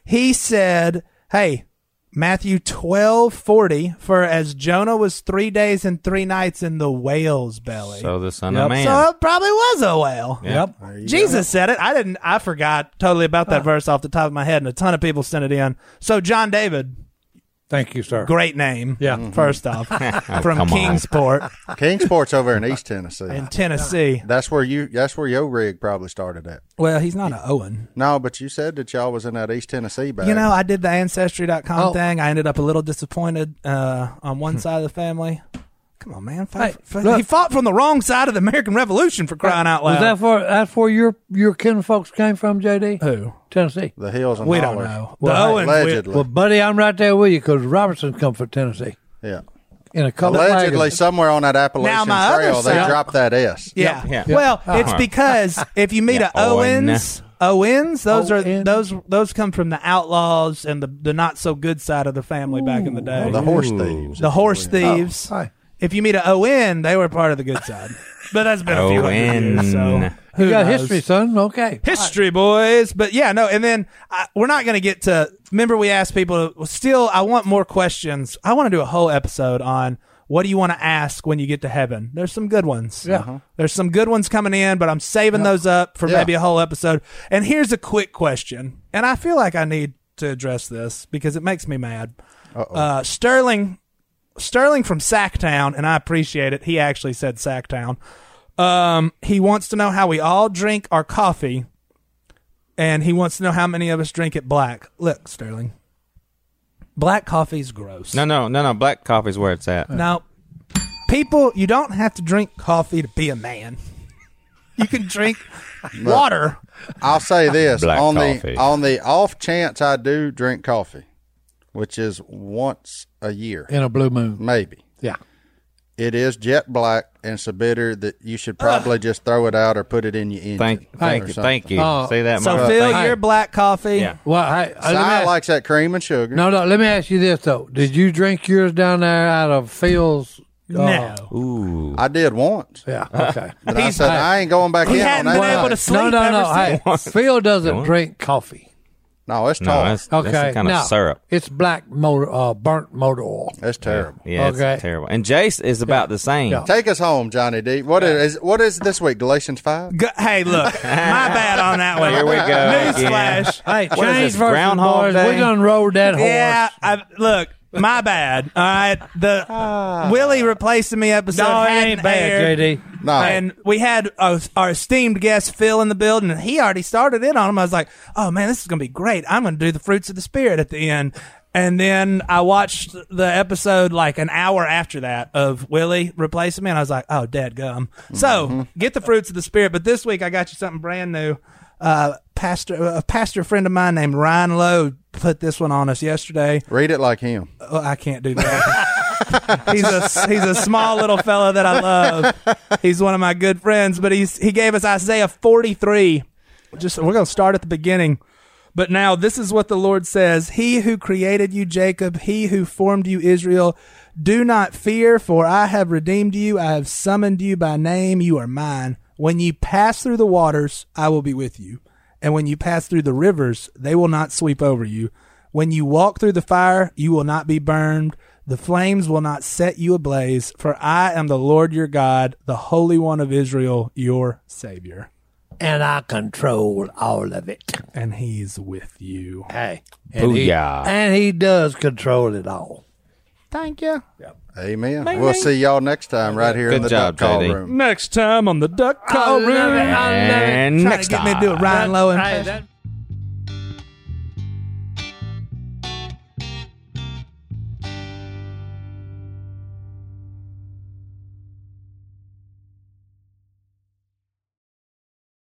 [SPEAKER 4] He said, "Hey, Matthew 12:40 for as Jonah was 3 days and 3 nights in the whale's belly." So,
[SPEAKER 5] So the son
[SPEAKER 1] Yep.
[SPEAKER 5] of man.
[SPEAKER 4] it probably was a whale.
[SPEAKER 1] yep.
[SPEAKER 4] Jesus said it. I didn't I forgot totally about that verse off the top of my head and a ton of people sent it in. So John David,
[SPEAKER 1] Thank you, sir.
[SPEAKER 4] great name.
[SPEAKER 1] Yeah.
[SPEAKER 4] First
[SPEAKER 5] [LAUGHS]
[SPEAKER 4] off,
[SPEAKER 5] Oh, come on.
[SPEAKER 4] from Kingsport
[SPEAKER 2] Kingsport's over in East Tennessee.
[SPEAKER 5] [LAUGHS]
[SPEAKER 4] in Tennessee.
[SPEAKER 2] That's where you. That's where your rig probably started at.
[SPEAKER 4] Well, he's not an Owen.
[SPEAKER 2] No, but you said that y'all was in that East Tennessee bag.
[SPEAKER 4] You know, I did the Ancestry.com
[SPEAKER 1] Oh. Hmm.
[SPEAKER 4] thing. I ended up a little disappointed uh, on one side of the family. Come on, man. Fight,
[SPEAKER 1] Hey,
[SPEAKER 4] fight-
[SPEAKER 1] look.
[SPEAKER 4] he fought from the wrong side of the American Revolution for crying out
[SPEAKER 1] Was
[SPEAKER 4] loud.
[SPEAKER 1] that for that's where your your kin folks came from, JD?
[SPEAKER 4] Who?
[SPEAKER 1] Tennessee. Oh,
[SPEAKER 2] the hills and
[SPEAKER 4] We don't
[SPEAKER 2] hollers.
[SPEAKER 4] know. The
[SPEAKER 1] Well, hey,
[SPEAKER 4] Owens.
[SPEAKER 2] Allegedly,
[SPEAKER 1] Well, buddy, I'm right there with you because Robertson come from Tennessee
[SPEAKER 2] yeah.
[SPEAKER 1] in a couple
[SPEAKER 2] Allegedly,
[SPEAKER 1] wagons.
[SPEAKER 2] somewhere on that Appalachian
[SPEAKER 4] my other
[SPEAKER 2] Trail, they
[SPEAKER 4] side-
[SPEAKER 2] dropped that S.
[SPEAKER 4] yeah.
[SPEAKER 5] Yeah. Yeah.
[SPEAKER 4] Well,
[SPEAKER 5] Yeah.
[SPEAKER 4] it's because if you meet
[SPEAKER 5] Yeah,
[SPEAKER 4] a
[SPEAKER 5] Owen.
[SPEAKER 4] Owens, Owens, those are
[SPEAKER 1] Uh-huh. Owen.
[SPEAKER 4] those those come from the outlaws and the the not so good side of the family back in the
[SPEAKER 1] Oh,
[SPEAKER 4] day.
[SPEAKER 2] The
[SPEAKER 4] The,
[SPEAKER 2] horse thieves.
[SPEAKER 4] horse thieves.
[SPEAKER 1] Hi.
[SPEAKER 4] If you meet a O-N, they were part of the good side. But that's been a few hundred years. So
[SPEAKER 5] O-N.
[SPEAKER 4] who
[SPEAKER 1] You got
[SPEAKER 4] knows?
[SPEAKER 1] history, son. Okay.
[SPEAKER 4] History, boys. But yeah, no. And then I, we're not going to get to. Remember, we asked people. to- Still, I want more questions. I want to do a whole episode on what do you want to ask when you get to heaven. There's some good ones.
[SPEAKER 1] Yeah. Uh-huh.
[SPEAKER 4] There's some good ones coming in, but I'm saving those up for
[SPEAKER 2] Yeah.
[SPEAKER 4] maybe a whole episode. And here's a quick question, and I feel like I need to address this because it makes me mad. Uh, Sterling Sterling from Sacktown, and I appreciate it. He actually said Sacktown. Um, he wants to know how we all drink our coffee, and he wants to know how many of us drink it black. Look, Sterling, black coffee's gross.
[SPEAKER 5] No, no, no, no. Black coffee's where it's at.
[SPEAKER 4] no, people, you don't have to drink coffee to be a man. You can drink water.
[SPEAKER 2] I'll say this
[SPEAKER 5] Black
[SPEAKER 2] on
[SPEAKER 5] coffee.
[SPEAKER 2] the on the off chance I do drink coffee, which is once a year,
[SPEAKER 1] in a blue moon.
[SPEAKER 2] maybe.
[SPEAKER 1] Yeah.
[SPEAKER 2] It is jet black and so bitter that you should probably just throw it out or put it in your engine.
[SPEAKER 5] Thank, thank you, thank you.
[SPEAKER 1] Uh,
[SPEAKER 5] Say that,
[SPEAKER 3] So
[SPEAKER 5] Mark.
[SPEAKER 3] Phil,
[SPEAKER 5] Thank you.
[SPEAKER 3] your black coffee.
[SPEAKER 5] Yeah.
[SPEAKER 1] Well, hey, uh, let me
[SPEAKER 2] Si
[SPEAKER 1] ask-
[SPEAKER 2] likes that cream and sugar.
[SPEAKER 1] no, no. Let me ask you this though: Did you drink yours down there out of Phil's? Oh,
[SPEAKER 4] No.
[SPEAKER 5] Ooh,
[SPEAKER 2] I did once,
[SPEAKER 1] Yeah. Okay.
[SPEAKER 2] but I said I ain't going back
[SPEAKER 4] he
[SPEAKER 2] in on
[SPEAKER 4] hadn't
[SPEAKER 2] that.
[SPEAKER 4] been able
[SPEAKER 2] thing."
[SPEAKER 4] to sleep
[SPEAKER 1] no, no, no.
[SPEAKER 4] ever
[SPEAKER 1] Hey, Phil doesn't drink coffee.
[SPEAKER 2] no, it's
[SPEAKER 5] no,
[SPEAKER 2] tar.
[SPEAKER 5] Oh, that's,
[SPEAKER 1] Okay.
[SPEAKER 5] that's some kind
[SPEAKER 1] no,
[SPEAKER 5] of syrup.
[SPEAKER 1] It's black motor, uh, burnt motor oil.
[SPEAKER 2] That's terrible.
[SPEAKER 5] Yeah,
[SPEAKER 1] Okay.
[SPEAKER 5] it's terrible. And Jace is about the same.
[SPEAKER 1] Yeah.
[SPEAKER 2] Take us home, Johnny D. What is what is this week? Galatians five.
[SPEAKER 4] Go- hey,
[SPEAKER 5] [LAUGHS]
[SPEAKER 4] look, my bad on that one. [LAUGHS]
[SPEAKER 5] Here we go again.
[SPEAKER 4] Newsflash.
[SPEAKER 1] Hey,
[SPEAKER 5] What is
[SPEAKER 1] change
[SPEAKER 5] this,
[SPEAKER 1] versus
[SPEAKER 5] Groundhog
[SPEAKER 1] boys.
[SPEAKER 5] Day?
[SPEAKER 1] We done rode that horse.
[SPEAKER 4] Yeah, I, look, my bad. All right, the
[SPEAKER 5] Ah.
[SPEAKER 4] Willie replacing me episode
[SPEAKER 1] No, it
[SPEAKER 4] hadn't
[SPEAKER 1] ain't bad,
[SPEAKER 4] aired,
[SPEAKER 1] JD.
[SPEAKER 2] No,
[SPEAKER 4] And we had our, our esteemed guest Phil in the building, and he already started in on him. I was like, "Oh man, this is gonna be great! I'm gonna do the fruits of the spirit at the end." And then I watched the episode like an hour after that of Willie replacing me, and I was like, "Oh, dead gum." So get the fruits of the spirit. But this week I got you something brand new. Uh, pastor, a pastor friend of mine named Ryan Lowe put this one on us yesterday.
[SPEAKER 2] read it like him.
[SPEAKER 4] Oh, I can't do that. [LAUGHS] he's a he's a small little fella that I love. He's one of my good friends, but he's he gave us Isaiah 43. Just we're going to start at the beginning. But now this is what the Lord says, "He who created you Jacob, he who formed you Israel, do not fear, for I have redeemed you. I have summoned you by name, you are mine. When you pass through the waters, I will be with you." And when you pass through the rivers, they will not sweep over you. When you walk through the fire, you will not be burned. The flames will not set you ablaze, for I am the Lord your God, the Holy One of Israel, your Savior.
[SPEAKER 1] And I control all of it.
[SPEAKER 4] And he is with you.
[SPEAKER 1] Hey. And he-
[SPEAKER 5] Booyah.
[SPEAKER 1] and he does control it all.
[SPEAKER 4] Thank you.
[SPEAKER 2] Amen. We'll see y'all next time right here in
[SPEAKER 5] Good
[SPEAKER 2] the
[SPEAKER 5] job,
[SPEAKER 2] duck call
[SPEAKER 5] JD.
[SPEAKER 2] room.
[SPEAKER 4] Next time on the Duck Call
[SPEAKER 1] I love it.
[SPEAKER 4] Room.
[SPEAKER 1] I love it.
[SPEAKER 5] And
[SPEAKER 4] Trying
[SPEAKER 5] next
[SPEAKER 4] Oh, to get me
[SPEAKER 5] time.
[SPEAKER 4] to do a Ryan Lowe
[SPEAKER 1] Hey,
[SPEAKER 4] impression.
[SPEAKER 1] that-